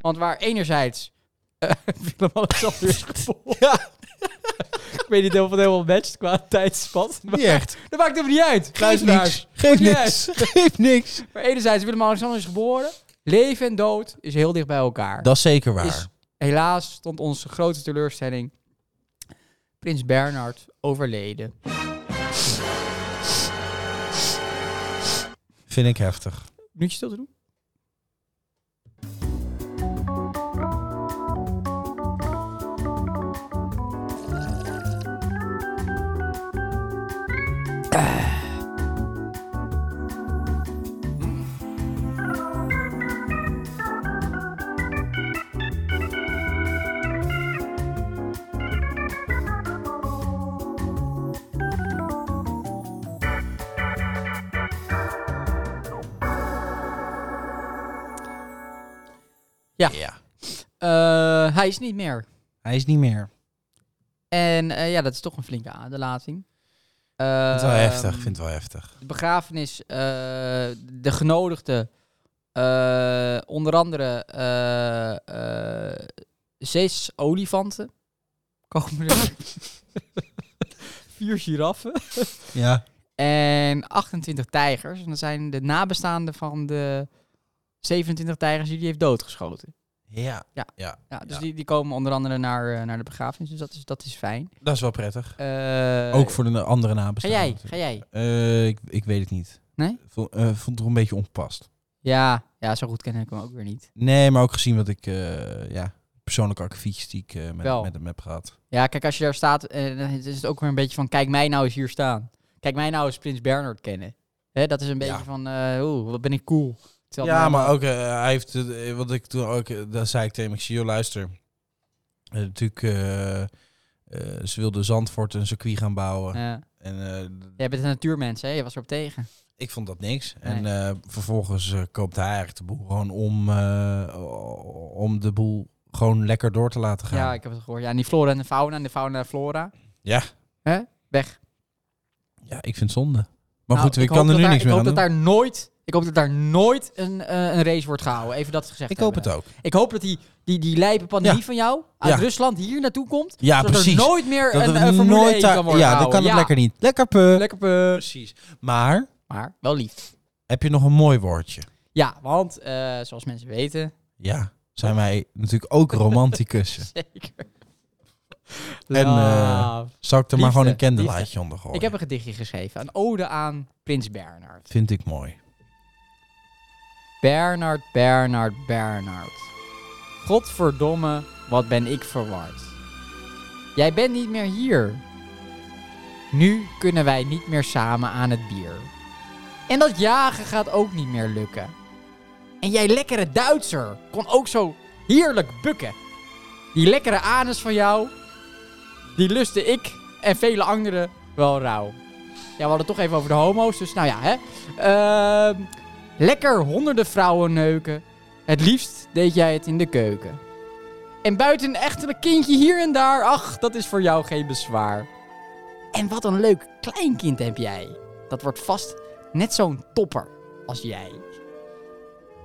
S2: Want waar enerzijds eh, Willem-Alexander is geboren. ik weet niet of het helemaal matcht qua tijdspad. Maar
S1: Niet echt.
S2: dat maakt helemaal niet uit.
S1: Geeft niks.
S2: Luisteraars,
S1: Geeft
S2: Maakt niet
S1: niks. Geeft niks.
S2: Maar enerzijds Willem-Alexander is geboren. Leven en dood is heel dicht bij elkaar.
S1: Dat is zeker waar.
S2: Is- Helaas stond onze grote teleurstelling. Prins Bernhard overleden.
S1: Vind ik heftig.
S2: Minuutje stil te doen. Ja. Eh, hij is niet meer.
S1: Hij is niet meer.
S2: En eh, ja, dat is toch een flinke aderlating. Uh,
S1: Ik vind het wel heftig. Ik vind het wel heftig.
S2: De begrafenis, eh, de genodigden, eh, onder andere eh, eh, zes olifanten komen er. Vier giraffen.
S1: Ja.
S2: En 28 tijgers. En dat zijn de nabestaanden van de 27 tijgers die hij heeft doodgeschoten.
S1: Ja.
S2: Ja, dus
S1: Ja.
S2: Die, die komen onder andere naar, eh, naar de begrafenis. Dus dat is, dat is fijn.
S1: Dat is wel prettig.
S2: Eh,
S1: Ook voor de andere
S2: Ga
S1: nabestaanden.
S2: jij, ga jij.
S1: Eh, ik, ik weet het niet.
S2: Nee?
S1: Vond, eh, vond het toch een beetje onpast.
S2: Ja, ja, zo goed ken ik hem ook weer niet.
S1: Nee, maar ook gezien dat ik eh, ja, persoonlijke archiefjes die ik eh, met,
S2: Wel.
S1: met hem heb gehad.
S2: Ja, kijk, als je daar staat, eh, dan is het ook weer een beetje van... Kijk mij nou eens hier staan. Kijk mij nou eens Prins Bernhard kennen. Hè, dat is een beetje
S1: Ja.
S2: van... eh, Oeh, wat ben ik cool. Terwijl
S1: ja,
S2: dan-
S1: maar ook, eh, hij heeft, eh, wat ik toen ook, eh, daar zei ik tegen hem, ik zie, joh, luister. Eh, natuurlijk, eh, eh, ze wilde Zandvoort een circuit gaan bouwen.
S2: Ja.
S1: En eh,
S2: jij bent een natuurmens, hè? Je was erop tegen.
S1: ik vond dat niks. En eh, vervolgens eh, koopt hij eigenlijk de boel gewoon om, eh, om de boel gewoon lekker door te laten gaan.
S2: Ja, ik heb het gehoord. Ja, en die flora en de fauna en de fauna en de flora.
S1: Ja.
S2: Hè? Weg.
S1: Ja, ik vind het zonde. Maar
S2: Nou,
S1: goed, ik
S2: hoop
S1: kan er
S2: dat
S1: nu
S2: daar-
S1: niks meer
S2: ik
S1: aan
S2: hoop dat
S1: doen.
S2: daar nooit... Ik hoop dat daar nooit een, eh, een race wordt gehouden. Even dat gezegd
S1: Ik hoop het
S2: hebben.
S1: ook.
S2: Ik hoop dat die, die, die lijpe pandemie
S1: Ja.
S2: van jou... uit
S1: Ja.
S2: Rusland hier naartoe komt.
S1: Ja,
S2: zodat
S1: precies.
S2: er nooit meer
S1: Dat
S2: een,
S1: er
S2: een Formule 1
S1: daar-
S2: kan worden
S1: Ja, dan
S2: gehouden.
S1: kan het
S2: Ja.
S1: lekker niet. Lekker puh.
S2: Lekker puh.
S1: Precies. Maar
S2: Maar wel lief.
S1: heb je nog een mooi woordje?
S2: Ja, want eh, zoals mensen weten.
S1: Ja, zijn wij natuurlijk ook romanticussen.
S2: Zeker.
S1: En, eh,
S2: Love.
S1: Zou ik er maar
S2: Liefde,
S1: gewoon een candlelightje
S2: liefde.
S1: onder gooien?
S2: ik heb een gedichtje geschreven. Een ode aan Prins Bernhard.
S1: Vind ik mooi.
S2: Bernard, Bernard, Bernard. Godverdomme, wat ben ik verward. Jij bent niet meer hier. Nu kunnen wij niet meer samen aan het bier. En dat jagen gaat ook niet meer lukken. En jij lekkere Duitser kon ook zo heerlijk bukken. Die lekkere anus van jou, die lustte ik en vele anderen wel rauw. Ja, we hadden het toch even over de homo's, dus nou ja, hè. Ehm, Lekker honderden vrouwen neuken. Het liefst deed jij het in de keuken. En buiten een echtelijk kindje hier en daar, ach, dat is voor jou geen bezwaar. En wat een leuk kleinkind heb jij. Dat wordt vast net zo'n topper als jij.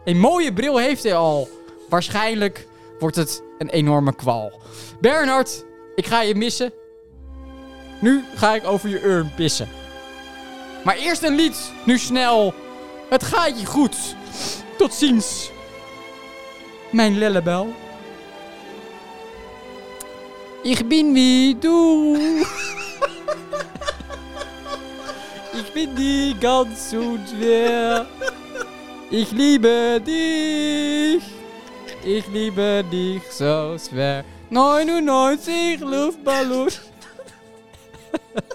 S2: Een mooie bril heeft hij al. Waarschijnlijk wordt het een enorme kwal. Bernard, ik ga je missen. Nu ga ik over je urn pissen. Maar eerst een lied, nu snel. Het gaat je goed. Tot ziens. Mijn lellebel. Ik ben wie doe. ik ben die ganz und weer. Ik liebe dich. Ik liebe dich zo zwer. 99 luftballons.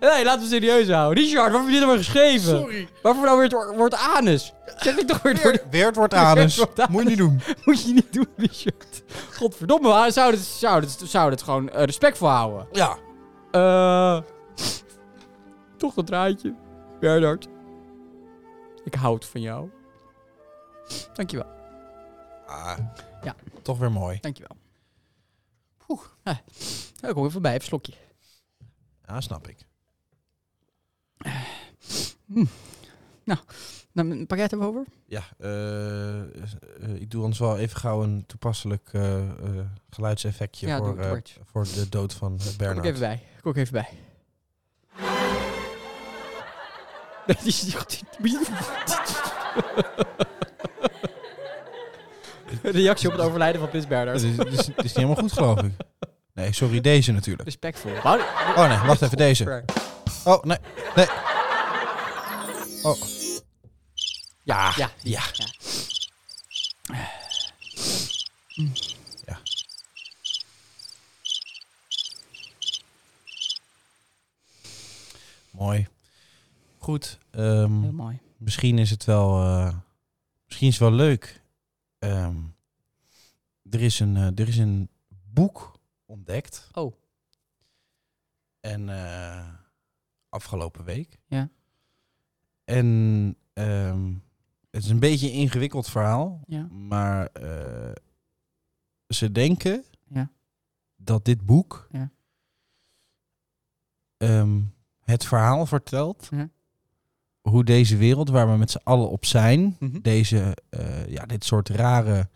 S2: Nee, laten we serieus houden. Richard, waarvoor heb je dit allemaal geschreven?
S3: Sorry.
S2: Waarvoor nou weer het woord anus? Zeg ik toch weer het woord
S1: Weert wordt anus.
S2: Weert wordt
S1: Moet je niet doen.
S2: Moet je niet doen, Richard. Godverdomme, we zouden het, zouden het, zouden het gewoon eh, respectvol houden.
S1: Ja.
S2: Eh, toch dat draadje. Bernard. Ik houd van jou. Dankjewel, Ja.
S1: Toch weer mooi.
S2: dankjewel. Oeh, ah. ik kom even bij, even een slokje.
S1: Ja, snap ik.
S2: Nou, een pakket hebben we over?
S1: Ja, eh, eh, eh, ik doe ons wel even gauw een toepasselijk eh, eh, geluidseffectje
S2: Ja, doe
S1: voor,
S2: het
S1: eh,
S2: woordje.
S1: voor de dood van eh,
S2: Kom ik even
S1: Bernard.
S2: bij. Kom ik even bij. Nee, die is niet goed. Die- die- Reactie op het overlijden van Prins
S1: Het
S2: Bernard.
S1: is, het is, het is niet helemaal goed, geloof ik. Nee, sorry, deze natuurlijk.
S2: Respectvol. Wou-
S1: Oh nee, wacht even, deze. Oh, nee, nee. Oh. Ja,
S2: Ja, die-
S1: ja.
S2: ja.
S1: Ja. Mooi. Goed. ehm,
S2: Heel mooi.
S1: misschien is het wel, eh, misschien is het wel leuk. Ehm, er, is een, eh, er is een boek ontdekt.
S2: Oh.
S1: En eh, afgelopen week.
S2: Ja.
S1: En ehm, het is een beetje een ingewikkeld verhaal.
S2: Ja.
S1: Maar eh, ze denken
S2: Ja.
S1: dat dit boek
S2: Ja.
S1: ehm, het verhaal vertelt
S2: Ja.
S1: hoe deze wereld waar we met z'n allen op zijn,
S2: Mhm.
S1: deze, eh, ja, dit soort rare,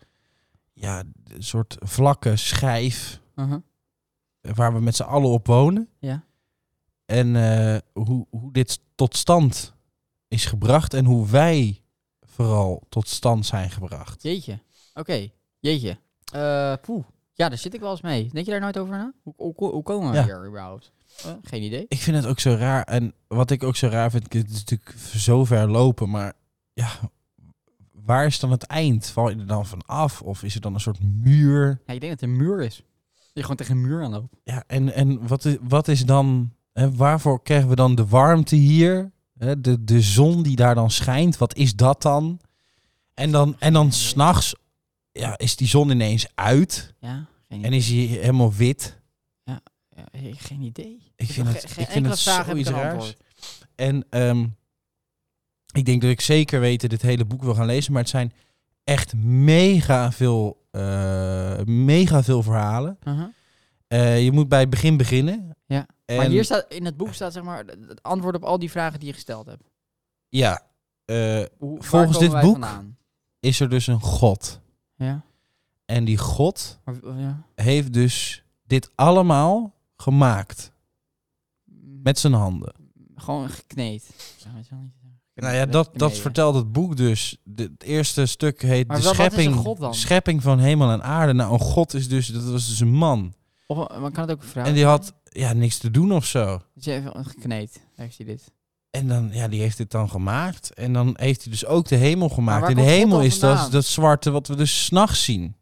S1: ja, d- soort vlakke schijf
S2: Uh-huh.
S1: eh, waar we met z'n allen op wonen.
S2: Ja.
S1: En eh, hoe, hoe dit tot stand is gebracht en hoe wij vooral tot stand zijn gebracht.
S2: Jeetje. Oké. Jeetje. Eh, poeh. Ja, daar zit ik wel eens mee. Denk je daar nooit over na? Hoe, hoe, hoe komen we
S1: Ja.
S2: hier überhaupt? Eh, geen idee.
S1: Ik vind het ook zo raar. En wat ik ook zo raar vind, het is natuurlijk zo ver lopen, maar ja, waar is dan het eind? Val je er dan van af? Of is er dan een soort muur?
S2: Ja, ik denk dat het een muur is. Dat je gewoon tegen een muur aanloopt.
S1: Ja, en, en wat, is, wat is dan, hè, waarvoor krijgen we dan de warmte hier? Hè, de, de zon die daar dan schijnt, wat is dat dan? En dan, en dan s'nachts ja, is die zon ineens uit
S2: Ja, geen idee.
S1: en is hij helemaal wit.
S2: Ja, he- eh, geen idee.
S1: Ik vind
S2: heb
S1: het,
S2: ge-
S1: ik vind het
S2: vraag heb ik
S1: zoiets
S2: een
S1: raars.
S2: antwoord.
S1: En ehm, ik denk dat ik zeker weten dit hele boek wil gaan lezen. Maar het zijn echt mega veel, eh, mega veel verhalen.
S2: Uh-huh.
S1: Eh, je moet bij het begin beginnen.
S2: Ja.
S1: En,
S2: Maar hier staat, in het boek staat zeg maar d- het antwoord op al die vragen die je gesteld hebt.
S1: Ja. eh,
S2: Hoe, waar
S1: Volgens
S2: komen
S1: dit
S2: wij
S1: boek?
S2: vandaan?
S1: is er dus een god.
S2: Ja.
S1: En die god
S2: Maar, w- ja.
S1: heeft dus dit allemaal gemaakt. Met zijn handen.
S2: Gewoon gekneed. Ja, weet je wel niet.
S1: Nou ja,
S2: Met
S1: dat, dat
S2: kneden.
S1: vertelt het boek dus. De, het eerste stuk heet
S2: Maar
S1: de
S2: wat- wat is een
S1: schepping,
S2: god dan?
S1: schepping van hemel en aarde. Nou, een god is dus, dat was dus een man.
S2: Of, eh, maar kan het ook een vrouw
S1: En die
S2: zijn?
S1: had ja, niks te doen of zo.
S2: Dus je even gekneed, heeft hij dit.
S1: En dan, ja, die heeft dit dan gemaakt. En dan heeft hij dus ook de hemel gemaakt.
S2: waar
S1: En de
S2: komt God
S1: hemel
S2: dan
S1: is dat,
S2: vandaan?
S1: dat zwarte wat we dus s'nachts zien.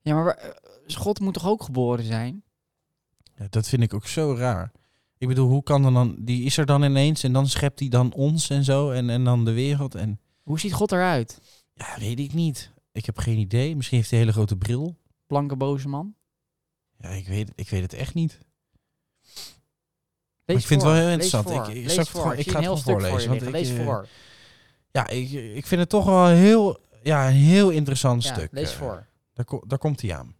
S2: Ja, maar waar- eh, God moet toch ook geboren zijn?
S1: Ja, dat vind ik ook zo raar. Ik bedoel, hoe kan dan dan... Die is er dan ineens en dan schept hij dan ons en zo. En, en dan de wereld. En
S2: Hoe ziet God eruit?
S1: ja, weet ik niet. Ik heb geen idee. Misschien heeft hij een hele grote bril.
S2: Blanke boze man?
S1: Ja, ik weet, ik weet het echt niet.
S2: Lees
S1: ik vind het
S2: voor,
S1: wel heel
S2: lees
S1: interessant.
S2: voor,
S1: Ik- ik
S2: lees
S1: zal het
S2: voor.
S1: gewoon- ik
S2: zie
S1: ga
S2: een
S1: het
S2: heel
S1: gewoon
S2: stuk voor je
S1: voorlezen, want ik,
S2: liggen. Lees
S1: eh,
S2: voor.
S1: Ja, ik, ik vind het toch wel een heel... Ja, een heel interessant
S2: Ja,
S1: stuk.
S2: lees
S1: eh.
S2: voor.
S1: Daar, ko- daar komt hij aan.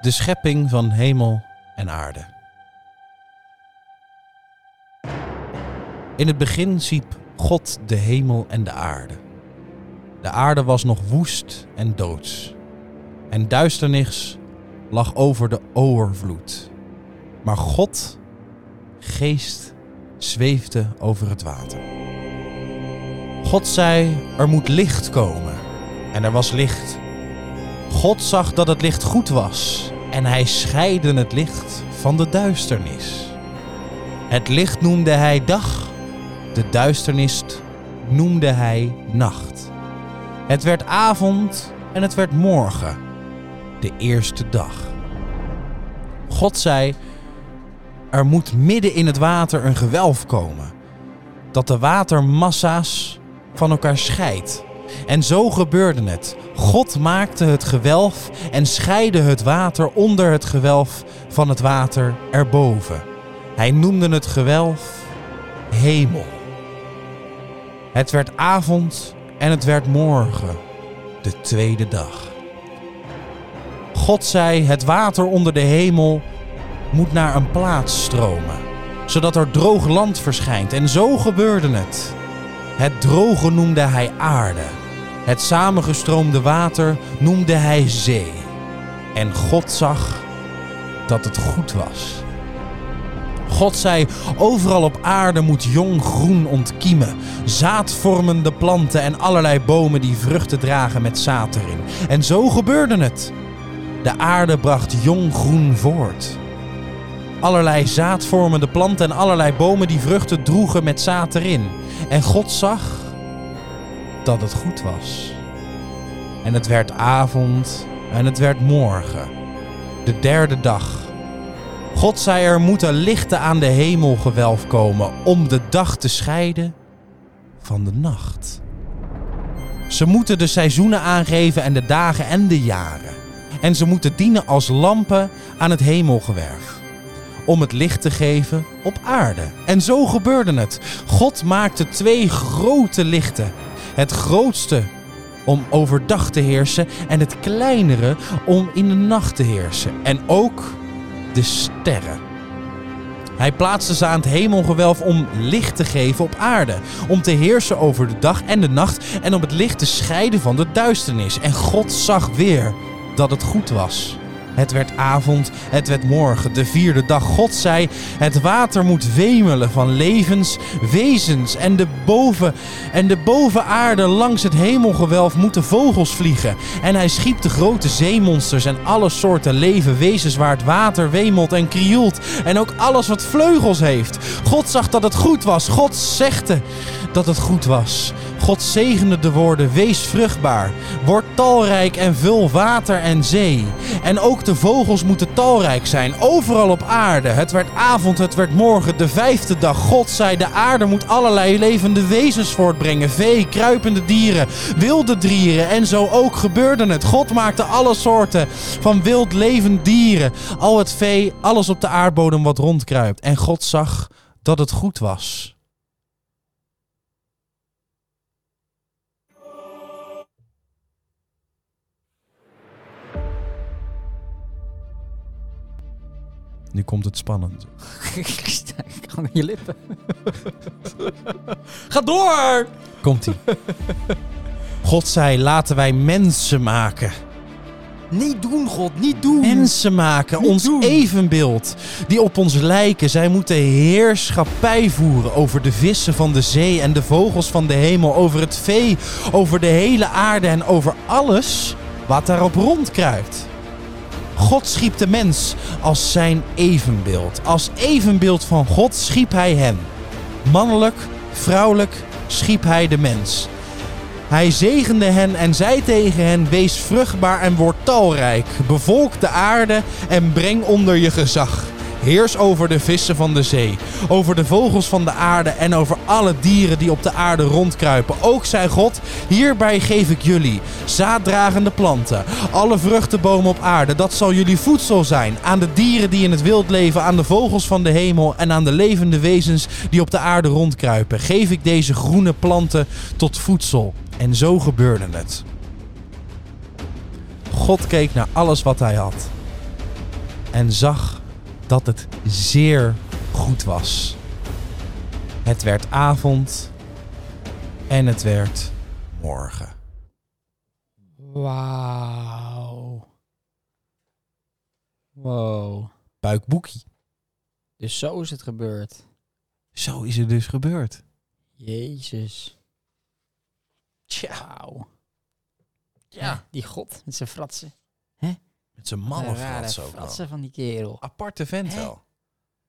S1: De schepping van hemel en aarde. In het begin ziep God de hemel en de aarde. De aarde was nog woest en doods. En duisternis lag over de overvloed. Maar God geest zweefde over het water. God zei, er moet licht komen. En er was licht. God zag dat het licht goed was en hij scheidde het licht van de duisternis. Het licht noemde hij dag, de duisternis noemde hij nacht. Het werd avond en het werd morgen, de eerste dag. God zei, er moet midden in het water een gewelf komen, dat de watermassa's van elkaar scheidt. En zo gebeurde het. God maakte het gewelf en scheidde het water onder het gewelf van het water erboven. Hij noemde het gewelf hemel. Het werd avond en het werd morgen, de tweede dag. God zei: Het water onder de hemel moet naar een plaats stromen, zodat er droog land verschijnt. En zo gebeurde het. Het droge noemde hij aarde. Het samengestroomde water noemde hij zee. En God zag dat het goed was. God zei: Overal op aarde moet jong groen ontkiemen, zaadvormende planten en allerlei bomen die vruchten dragen met zaad erin. En zo gebeurde het. De aarde bracht jong groen voort. Allerlei zaadvormende planten en allerlei bomen die vruchten droegen met zaad erin. En God zag dat het goed was. En het werd avond en het werd morgen, de derde dag. God zei er moeten lichten aan de hemelgewelf komen om de dag te scheiden van de nacht. Ze moeten de seizoenen aangeven en de dagen en de jaren. En ze moeten dienen als lampen aan het hemelgewerf. Om het licht te geven op aarde. En zo gebeurde het. God maakte twee grote lichten. Het grootste om overdag te heersen en het kleinere om in de nacht te heersen. En ook de sterren. Hij plaatste ze aan het hemelgewelf om licht te geven op aarde, om te heersen over de dag en de nacht en om het licht te scheiden van de duisternis. En God zag weer dat het goed was. Het werd avond, het werd morgen, de vierde dag. God zei: Het water moet wemelen van levens, wezens en de boven en de bovenaarde langs het hemelgewelf moeten vogels vliegen. En hij schiep de grote zeemonsters en alle soorten leven, wezens waar het water wemelt en krioelt en ook alles wat vleugels heeft. God zag dat het goed was. God zegde dat het goed was. God zegende de woorden: Wees vruchtbaar, word talrijk en vul water en zee. En ook de vogels moeten talrijk zijn, overal op aarde. Het werd avond, het werd morgen, de vijfde dag. God zei: De aarde moet allerlei levende wezens voortbrengen: vee, kruipende dieren, wilde dieren. En zo ook gebeurde het. God maakte alle soorten van wild levend dieren, al het vee, alles op de aardbodem wat rondkruipt. En God zag dat het goed was. Nu komt het spannend.
S2: ik sta gewoon aan je lippen. Ga door!
S1: Komt ie. God zei: laten wij mensen maken.
S2: Niet doen, God, niet doen.
S1: Mensen maken,
S2: Niet
S1: ons
S2: doen.
S1: evenbeeld, die op ons lijken. Zij moeten heerschappij voeren over de vissen van de zee en de vogels van de hemel, over het vee, over de hele aarde en over alles wat daarop rondkruipt. God schiep de mens als zijn evenbeeld. Als evenbeeld van God schiep hij hem. Mannelijk, vrouwelijk schiep hij de mens. Hij zegende hen en zei tegen hen: Wees vruchtbaar en word talrijk. Bevolk de aarde en breng onder je gezag. Heers over de vissen van de zee, over de vogels van de aarde en over alle dieren die op de aarde rondkruipen. Ook zei God: Hierbij geef ik jullie zaaddragende planten, alle vruchtenbomen op aarde. Dat zal jullie voedsel zijn. Aan de dieren die in het wild leven, aan de vogels van de hemel en aan de levende wezens die op de aarde rondkruipen. Geef ik deze groene planten tot voedsel. En zo gebeurde het. God keek naar alles wat hij had en zag dat het zeer goed was. Het werd avond en het werd morgen.
S2: Wauw. Wow.
S1: Buikboekie.
S2: Dus zo is het gebeurd.
S1: Zo is het dus gebeurd.
S2: Jezus.
S1: Tja.
S2: Wauw.
S1: Ja.
S2: Hè, Die god met zijn fratsen.
S1: Met zijn malle
S2: De rare
S1: frats ook wel.
S2: fratsen van die kerel.
S1: Aparte vent
S2: Hè?
S1: wel.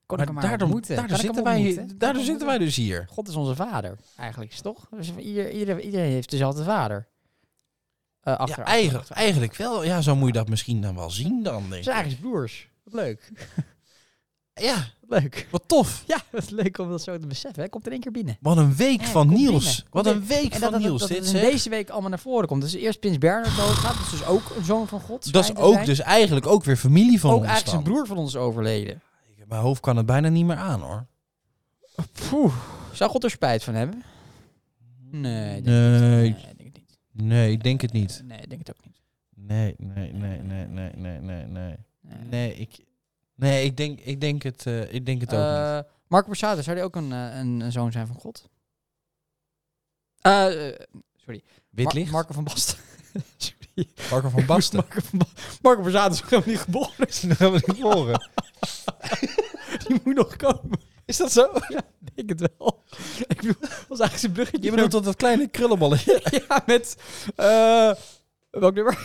S2: Kon ik
S1: Maar
S2: hem maar
S1: daardoor,
S2: ontmoeten?
S1: daardoor
S2: Kan ik hem
S1: zitten, wij,
S2: ontmoeten? Kan ik hem
S1: daardoor zitten wij
S2: ontmoeten?
S1: dus hier.
S2: God is onze vader, eigenlijk, is het toch? Dus ieder, ieder, iedereen heeft dezelfde vader. Eh achter,
S1: ja,
S2: achter-
S1: eigenlijk, eigenlijk wel. Ja, zo moet je dat misschien dan wel zien dan, denk
S2: Ze
S1: ik.
S2: zijn eigenlijk broers. Wat leuk.
S1: Ja,
S2: Wat leuk.
S1: wat tof.
S2: Ja, wat leuk om dat zo te beseffen. Hè. Komt er één keer binnen.
S1: Wat een week
S2: Ja,
S1: van
S2: kom
S1: Niels.
S2: binnen, kom
S1: Wat een
S2: binnen.
S1: week van
S2: En dat, dat,
S1: Niels.
S2: dat,
S1: dit,
S2: het in
S1: zeg.
S2: deze week allemaal naar voren komt. Dus eerst Prins Bernhard doodgaat. Dat is dus ook een zoon van God.
S1: Dat is
S2: schijnt te
S1: ook
S2: zijn.
S1: dus eigenlijk ook weer familie van
S2: Ook
S1: ons
S2: eigenlijk zijn
S1: dan.
S2: broer van ons overleden.
S1: Mijn hoofd kan het bijna niet meer aan, hoor.
S2: Poeh. Zou God er spijt van hebben? Nee. ik denk het niet.
S1: Nee,
S2: ik denk het niet.
S1: nee, ik denk het niet.
S2: Nee, ik denk het ook niet.
S1: Nee, nee, nee, nee, nee, nee, nee, nee.
S2: Nee.
S1: Nee, ik, nee, ik, denk, ik, denk, het, eh, ik denk het ook niet.
S2: Eh, Marco Borsato, zou die ook een, eh, een, een zoon zijn van God? Eh, eh,
S1: Wit
S2: Mar-
S1: licht?
S2: Marco van Basten. Sorry.
S1: Marco van Basten.
S2: Marco, van Ba- Marco Borsato is nog helemaal niet geboren. dus
S1: Dat gaan we niet horen.
S2: Die moet nog komen.
S1: Is dat zo?
S2: Ik denk het wel. Ik bedoel, dat was eigenlijk zijn bruggetje.
S1: Je bedoelt tot dat kleine krullenballetje.
S2: Ja, met... eh, welk nummer?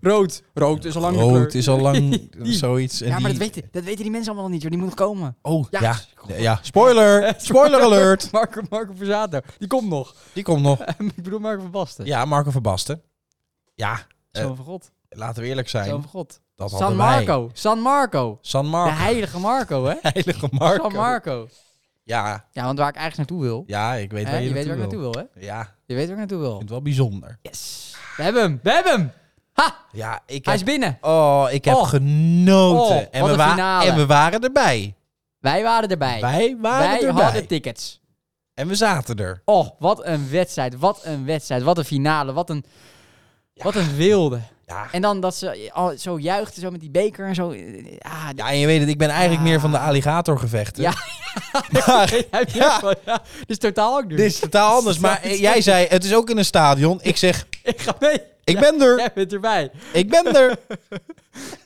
S2: Rood. Rood is al lang de kleur.
S1: Rood is al lang
S2: Die.
S1: zoiets. En
S2: Ja, maar dat
S1: die-
S2: weten, dat weten die mensen allemaal nog niet, joh. Die moet nog komen.
S1: Oh, ja.
S2: Ja.
S1: Ja, spoiler. Spoiler alert.
S2: Marco, Marco Borsato. Die komt nog.
S1: Die komt nog.
S2: ik bedoel Marco van Basten.
S1: Ja, Marco van Basten. Ja, eh,
S2: Zoon van God.
S1: laten we eerlijk
S2: Zoon
S1: zijn.
S2: van God.
S1: Dat
S2: San
S1: hadden wij.
S2: Marco. San Marco.
S1: San
S2: De
S1: Marco.
S2: heilige Marco, hè?
S1: heilige Marco.
S2: San Marco.
S1: Ja,
S2: Ja, want waar ik eigenlijk naartoe wil.
S1: ja, ik weet
S2: hè,
S1: waar je,
S2: je weet waar ik
S1: naartoe
S2: naartoe
S1: wil.
S2: wil, hè?
S1: Ja, ik
S2: Je weet waar ik naartoe wil.
S1: vind het wel bijzonder.
S2: Yes. We hebben hem. We hebben hem. Ha!
S1: Ja, ik
S2: Hij
S1: heb,
S2: is binnen.
S1: oh, ik heb
S2: Oh.
S1: genoten.
S2: Oh,
S1: en, we
S2: wat een
S1: wa-
S2: finale.
S1: en we waren erbij.
S2: Wij waren erbij.
S1: Wij waren
S2: Wij
S1: erbij.
S2: hadden tickets.
S1: En we zaten er.
S2: Oh, wat een wedstrijd. Wat een wedstrijd. Wat een finale. Wat een, wat een wilde.
S1: Ja.
S2: En dan dat ze eh, al zo juichten, zo met die beker en zo. Ah,
S1: ja, en je weet het, ik ben eigenlijk
S2: Ja.
S1: meer van de alligatorgevechten.
S2: Ja.
S1: Maar
S2: Heb je
S1: Ja.
S2: wel, ja. Dit is totaal ook nu.
S1: dit is totaal anders. Maar eh, jij zei, het is ook in een stadion. Ik zeg,
S2: Ik ga mee.
S1: ik ben er.
S2: Jij bent erbij.
S1: Ik ben er.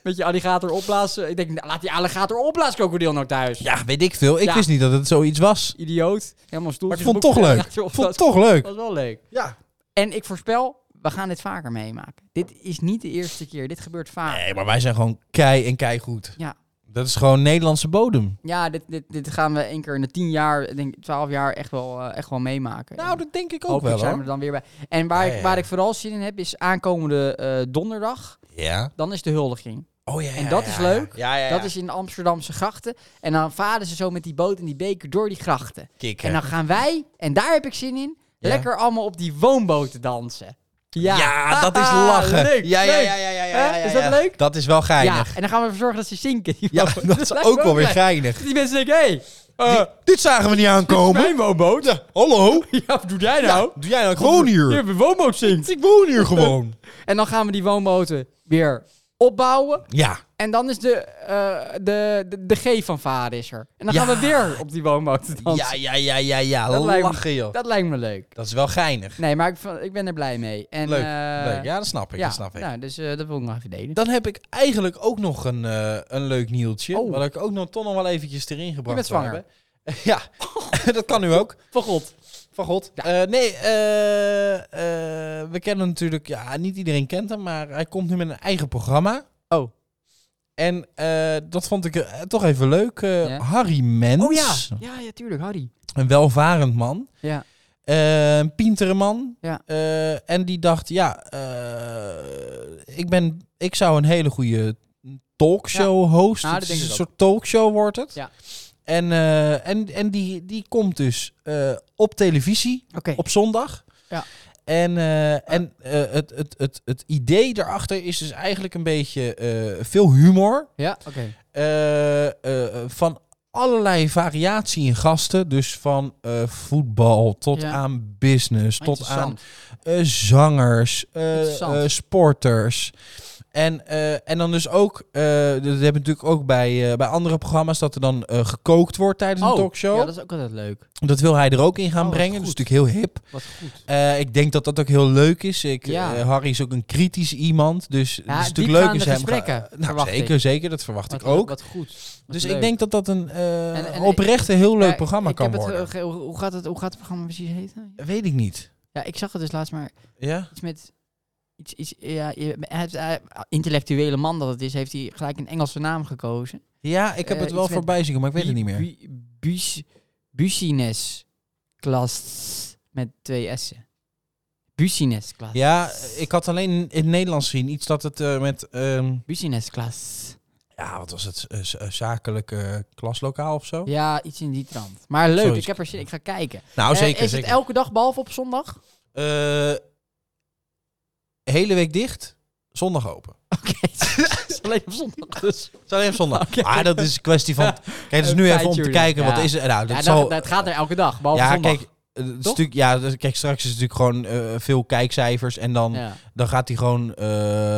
S2: Met je alligator opblazen. Ik denk, nou, laat die alligator opblazen, krokodil nou thuis.
S1: Ja, weet ik veel. Ik
S2: Ja.
S1: wist niet dat het zoiets was.
S2: Idioot. Helemaal stoel.
S1: Maar ik vond het toch leuk. Ik vond het toch leuk.
S2: Dat was wel leuk.
S1: Ja.
S2: En ik voorspel, we gaan dit vaker meemaken. Dit is niet de eerste keer. Dit gebeurt vaak.
S1: Nee, maar wij zijn gewoon kei en kei goed.
S2: Ja.
S1: Dat is gewoon Nederlandse bodem.
S2: Ja, dit, dit, dit gaan we één keer in de tien jaar, ik denk twaalf jaar echt wel, eh, echt wel meemaken.
S1: Nou, dat denk ik ook
S2: Hopelijk
S1: wel
S2: zijn we
S1: hoor.
S2: er dan weer bij. En waar,
S1: Ja, ja,
S2: Ik,
S1: ja.
S2: waar ik vooral zin in heb, is aankomende eh, donderdag.
S1: Ja.
S2: Dan is de huldiging.
S1: Oh ja.
S2: En
S1: ja,
S2: dat
S1: ja,
S2: is
S1: ja.
S2: leuk.
S1: Ja, ja, ja.
S2: Dat is in de Amsterdamse grachten. En dan varen ze zo met die boot en die beker door die grachten.
S1: kicken.
S2: En dan gaan wij, en daar heb ik zin in,
S1: Ja.
S2: lekker allemaal op die woonboten dansen. Ja, Ah,
S1: Ja, dat is lachen.
S2: Leuk,
S1: ja, ja,
S2: leuk.
S1: ja, ja, ja, ja,
S2: Hè?
S1: ja, ja.
S2: Is dat leuk?
S1: Dat is wel
S2: Ja,
S1: geinig.
S2: en dan gaan we ervoor zorgen dat ze zinken. die
S1: Ja,
S2: woonboten.
S1: dat is
S2: lijkt me
S1: ook wel weer
S2: leuk.
S1: geinig.
S2: Die mensen denken, hé, hey, eh,
S1: Dit- dit zagen we niet aankomen.
S2: mijn woonboot.
S1: Hallo?
S2: Ja, wat doe jij
S1: Ja,
S2: nou?
S1: doe jij nou gewoon
S2: Je
S1: hier?
S2: hebt een woonboot zinkt.
S1: Ik woon hier gewoon.
S2: En dan gaan we die woonboten weer opbouwen.
S1: Ja.
S2: En dan is de, eh, de, de, de G van vader is er. En dan gaan
S1: Ja.
S2: we weer op die woonboten dansen.
S1: Ja, ja, ja, ja, ja.
S2: Dat lijkt me-
S1: Lachen joh.
S2: Dat lijkt me leuk.
S1: Dat is wel geinig.
S2: Nee, maar ik, vond- ik ben er blij mee. En,
S1: Leuk,
S2: eh,
S1: leuk. Ja, dat snap ik.
S2: ja,
S1: Dat snap ik.
S2: Nou, dus eh, dat wil ik nog even delen.
S1: Dan heb ik eigenlijk ook nog een, eh, een leuk nieltje.
S2: Oh.
S1: Wat ik ook nog toch nog wel eventjes erin gebracht
S2: bent
S1: wil
S2: zwanger.
S1: hebben. Ja, dat kan nu ook.
S2: Van God.
S1: Van God. Eh, nee, eh, eh, we kennen hem natuurlijk... Ja, niet iedereen kent hem, maar hij komt nu met een eigen programma.
S2: Oh.
S1: En eh, dat vond ik eh, toch even leuk. Eh,
S2: Ja.
S1: Harry Mens.
S2: Oh ja. ja. Ja, tuurlijk, Harry.
S1: Een welvarend man.
S2: Ja.
S1: Eh, een pientere man.
S2: Ja.
S1: Eh, en die dacht, ja, eh, ik, ben, ik zou een hele goede talkshow host.
S2: Nou,
S1: Het
S2: dat
S1: is
S2: denk ik
S1: een
S2: ook.
S1: soort talkshow wordt het.
S2: Ja.
S1: En, eh, en, en die, die komt dus eh, op televisie
S2: Oké.
S1: op zondag.
S2: Ja.
S1: En, eh, en eh, het, het, het, het idee daarachter is dus eigenlijk een beetje eh, veel humor.
S2: Ja, oké.
S1: Eh, eh, van allerlei variatie in gasten. Dus van eh, voetbal tot
S2: Ja.
S1: aan business, tot aan
S2: Interessant.
S1: eh, zangers, eh,
S2: Interessant.
S1: eh, sporters. En, eh, en dan dus ook, eh dat hebben we natuurlijk ook bij, eh, bij andere programma's, dat er dan eh, gekookt wordt tijdens een talkshow.
S2: Oh, Ja,
S1: dat...
S2: dat is ook altijd leuk.
S1: wil hij er ook in gaan
S2: Oh, wat
S1: brengen. Dus
S2: goed.
S1: natuurlijk heel hip.
S2: Wat goed.
S1: Eh, ik denk dat dat ook heel leuk is. Ik,
S2: Ja.
S1: eh, Harry is ook een kritisch iemand. Dus het
S2: Ja,
S1: is natuurlijk leuk als je
S2: diepgaande
S1: hem gaat-
S2: gesprekken,
S1: nou,
S2: verwacht
S1: zeker,
S2: ik.
S1: zeker. Dat verwacht
S2: Wat
S1: ik ook.
S2: Wat goed. Wat
S1: dus ik
S2: leuk.
S1: denk dat dat een eh,
S2: En- en-
S1: oprecht een heel leuk
S2: Ja,
S1: programma
S2: ik
S1: kan
S2: heb het,
S1: worden.
S2: eh, ge- hoe, hoe gaat het, hoe gaat het programma precies heten?
S1: Weet ik niet.
S2: Ja, ik zag het dus laatst maar
S1: Ja?
S2: iets met... Iets, iets, ja, je- hij heeft, eh, intellectuele man dat het is, heeft hij gelijk een Engelse naam gekozen.
S1: Ja, ik heb
S2: Eh,
S1: het wel
S2: iets met
S1: voorbij zien komen, maar ik weet het niet meer.
S2: Bu- bu- bus- Busines Klas met twee S'en. Busines Klas.
S1: Ja, ik had alleen in het Nederlands zien iets dat het eh, met... ehm,
S2: Busines Klas.
S1: ja, wat was het? Eh, z- eh, zakelijke klaslokaal of zo?
S2: Ja, iets in die trant. Maar leuk,
S1: Zoiets.
S2: ik heb er zin, ik ga kijken.
S1: Nou,
S2: Eh,
S1: zeker,
S2: is
S1: zeker.
S2: het elke dag behalve op zondag?
S1: Eh, hele week dicht, zondag open.
S2: Oké, het is alleen op zondag dus.
S1: Het is alleen op zondag.
S2: Oké.
S1: Maar dat is een kwestie van... Kijk, dus nu
S2: Een
S1: even om te
S2: tijdje,
S1: kijken,
S2: ja.
S1: wat is er? Nou, dat
S2: Ja, dat,
S1: zal...
S2: dat gaat er elke dag, behalve
S1: ja,
S2: zondag.
S1: kijk... eh, het is
S2: Toch?
S1: natuurlijk- ja, dus kijk, straks is het natuurlijk gewoon eh, veel kijkcijfers. En dan,
S2: ja,
S1: dan gaat hij gewoon... eh,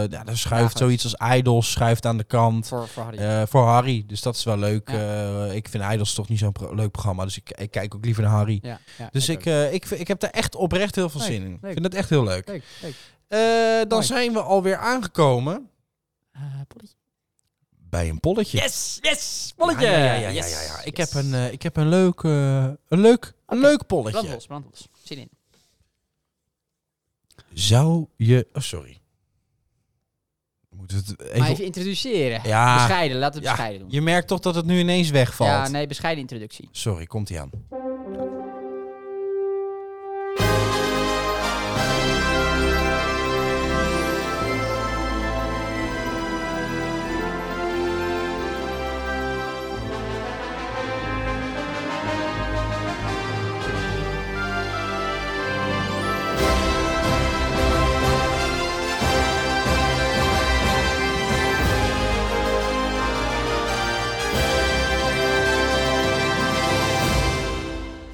S1: ja, dan schuift
S2: goed.
S1: zoiets als Idols schuift aan de kant.
S2: voor, voor Harry.
S1: eh, voor Harry. Dus dat is wel leuk.
S2: Ja.
S1: Eh, ik vind Idols toch niet zo'n pro- leuk programma. Dus ik, ik kijk ook liever naar Harry.
S2: ja, ja,
S1: Dus ik,
S2: ook.
S1: eh, ik, vind- ik heb daar echt oprecht heel veel
S2: Leuk,
S1: zin in. Ik
S2: leuk.
S1: vind dat echt heel leuk.
S2: Leuk, leuk.
S1: Eh, dan
S2: Mooi.
S1: zijn we alweer aangekomen
S2: Eh, polletje.
S1: bij een polletje.
S2: Yes, yes, polletje.
S1: Ja, ja, ja, ja, ja,
S2: Yes,
S1: ja, ja. Ik,
S2: yes.
S1: heb een, eh, ik heb een leuk, eh, een leuk, een leuk polletje.
S2: Brandlos, brandlos. Zin in.
S1: Zou je... Oh, sorry. Moeten we het even...
S2: Maar even introduceren.
S1: ja,
S2: Bescheiden, laten we
S1: Ja,
S2: bescheiden doen.
S1: je merkt toch dat het nu ineens wegvalt.
S2: Ja, nee, bescheiden introductie.
S1: Sorry, komt hij aan.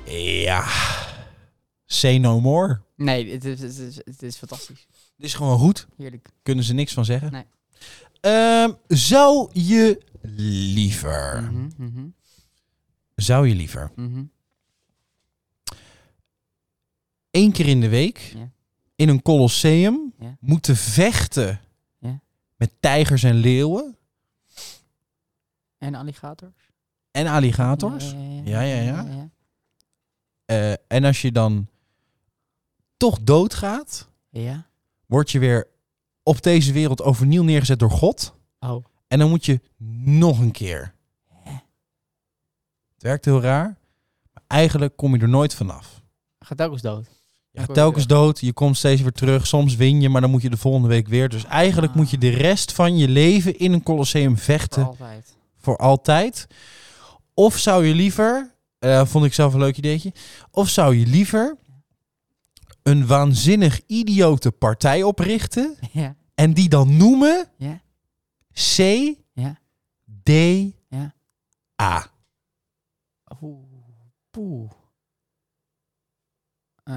S1: Ja. Say no more.
S2: Nee, het is, het is, het is fantastisch.
S1: Dit is gewoon goed.
S2: Heerlijk.
S1: Kunnen ze niks van zeggen.
S2: Nee.
S1: Ehm, zou je liever...
S2: Mhm, mhm,
S1: Zou je liever
S2: mhm.
S1: één keer in de week
S2: Ja.
S1: in een colosseum
S2: Ja.
S1: moeten vechten
S2: Ja.
S1: met tijgers en leeuwen
S2: En alligators?
S1: en alligators? Ja, ja, ja. Eh, en als je dan toch doodgaat,
S2: Ja.
S1: word je weer op deze wereld overnieuw neergezet door God.
S2: Oh.
S1: En dan moet je nog een keer. Het werkt heel raar. Maar eigenlijk kom je er nooit vanaf.
S2: Gaat telkens dood.
S1: Je
S2: Dan
S1: gaat
S2: kom je
S1: telkens dood, je komt steeds weer terug. Soms win je, maar dan moet je de volgende week weer. Dus eigenlijk
S2: Ah.
S1: moet je de rest van je leven in een colosseum vechten
S2: Voor
S1: voor, altijd.
S2: altijd.
S1: Of zou je liever, eh, vond ik zelf een leuk ideetje, of zou je liever een waanzinnig idiote partij oprichten
S2: Ja.
S1: en die dan noemen
S2: Ja.
S1: C,
S2: Ja.
S1: D,
S2: Ja.
S1: A.
S2: Oeh. Poeh. Eh,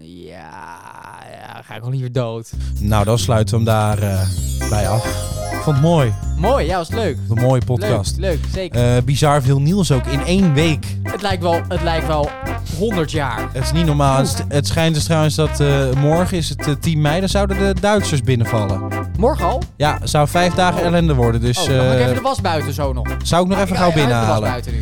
S2: ja, ja, ga ik al liever dood.
S1: Nou, dan sluiten we hem daar eh, bij af. Ik vond het mooi,
S2: Mooi, ja, was leuk.
S1: een mooie podcast.
S2: Leuk, leuk zeker.
S1: Eh, bizar veel nieuws ook in één week.
S2: het, lijkt wel, het lijkt wel 100 jaar.
S1: Het is niet normaal. Het, het schijnt dus trouwens dat eh, morgen is het eh, 10 mei. Dan zouden de Duitsers binnenvallen.
S2: Morgen al?
S1: Ja, het zou vijf dagen ellende worden. Dus
S2: Oh, dan ga ik
S1: eh,
S2: even de was buiten zo nog.
S1: zou ik nog even
S2: Ik-
S1: gauw
S2: ik- ik- ik- de was
S1: binnenhalen.
S2: buiten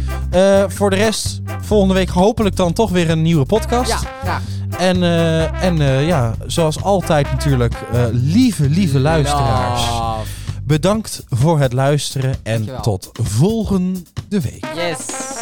S2: nu.
S1: Eh, voor de rest, volgende week hopelijk dan toch weer een nieuwe podcast.
S2: Ja, ja.
S1: En, eh, en eh, ja, zoals altijd natuurlijk, eh, lieve, lieve luisteraars.
S2: Love.
S1: Bedankt voor het luisteren en
S2: Dankjewel.
S1: tot volgende week.
S2: Yes.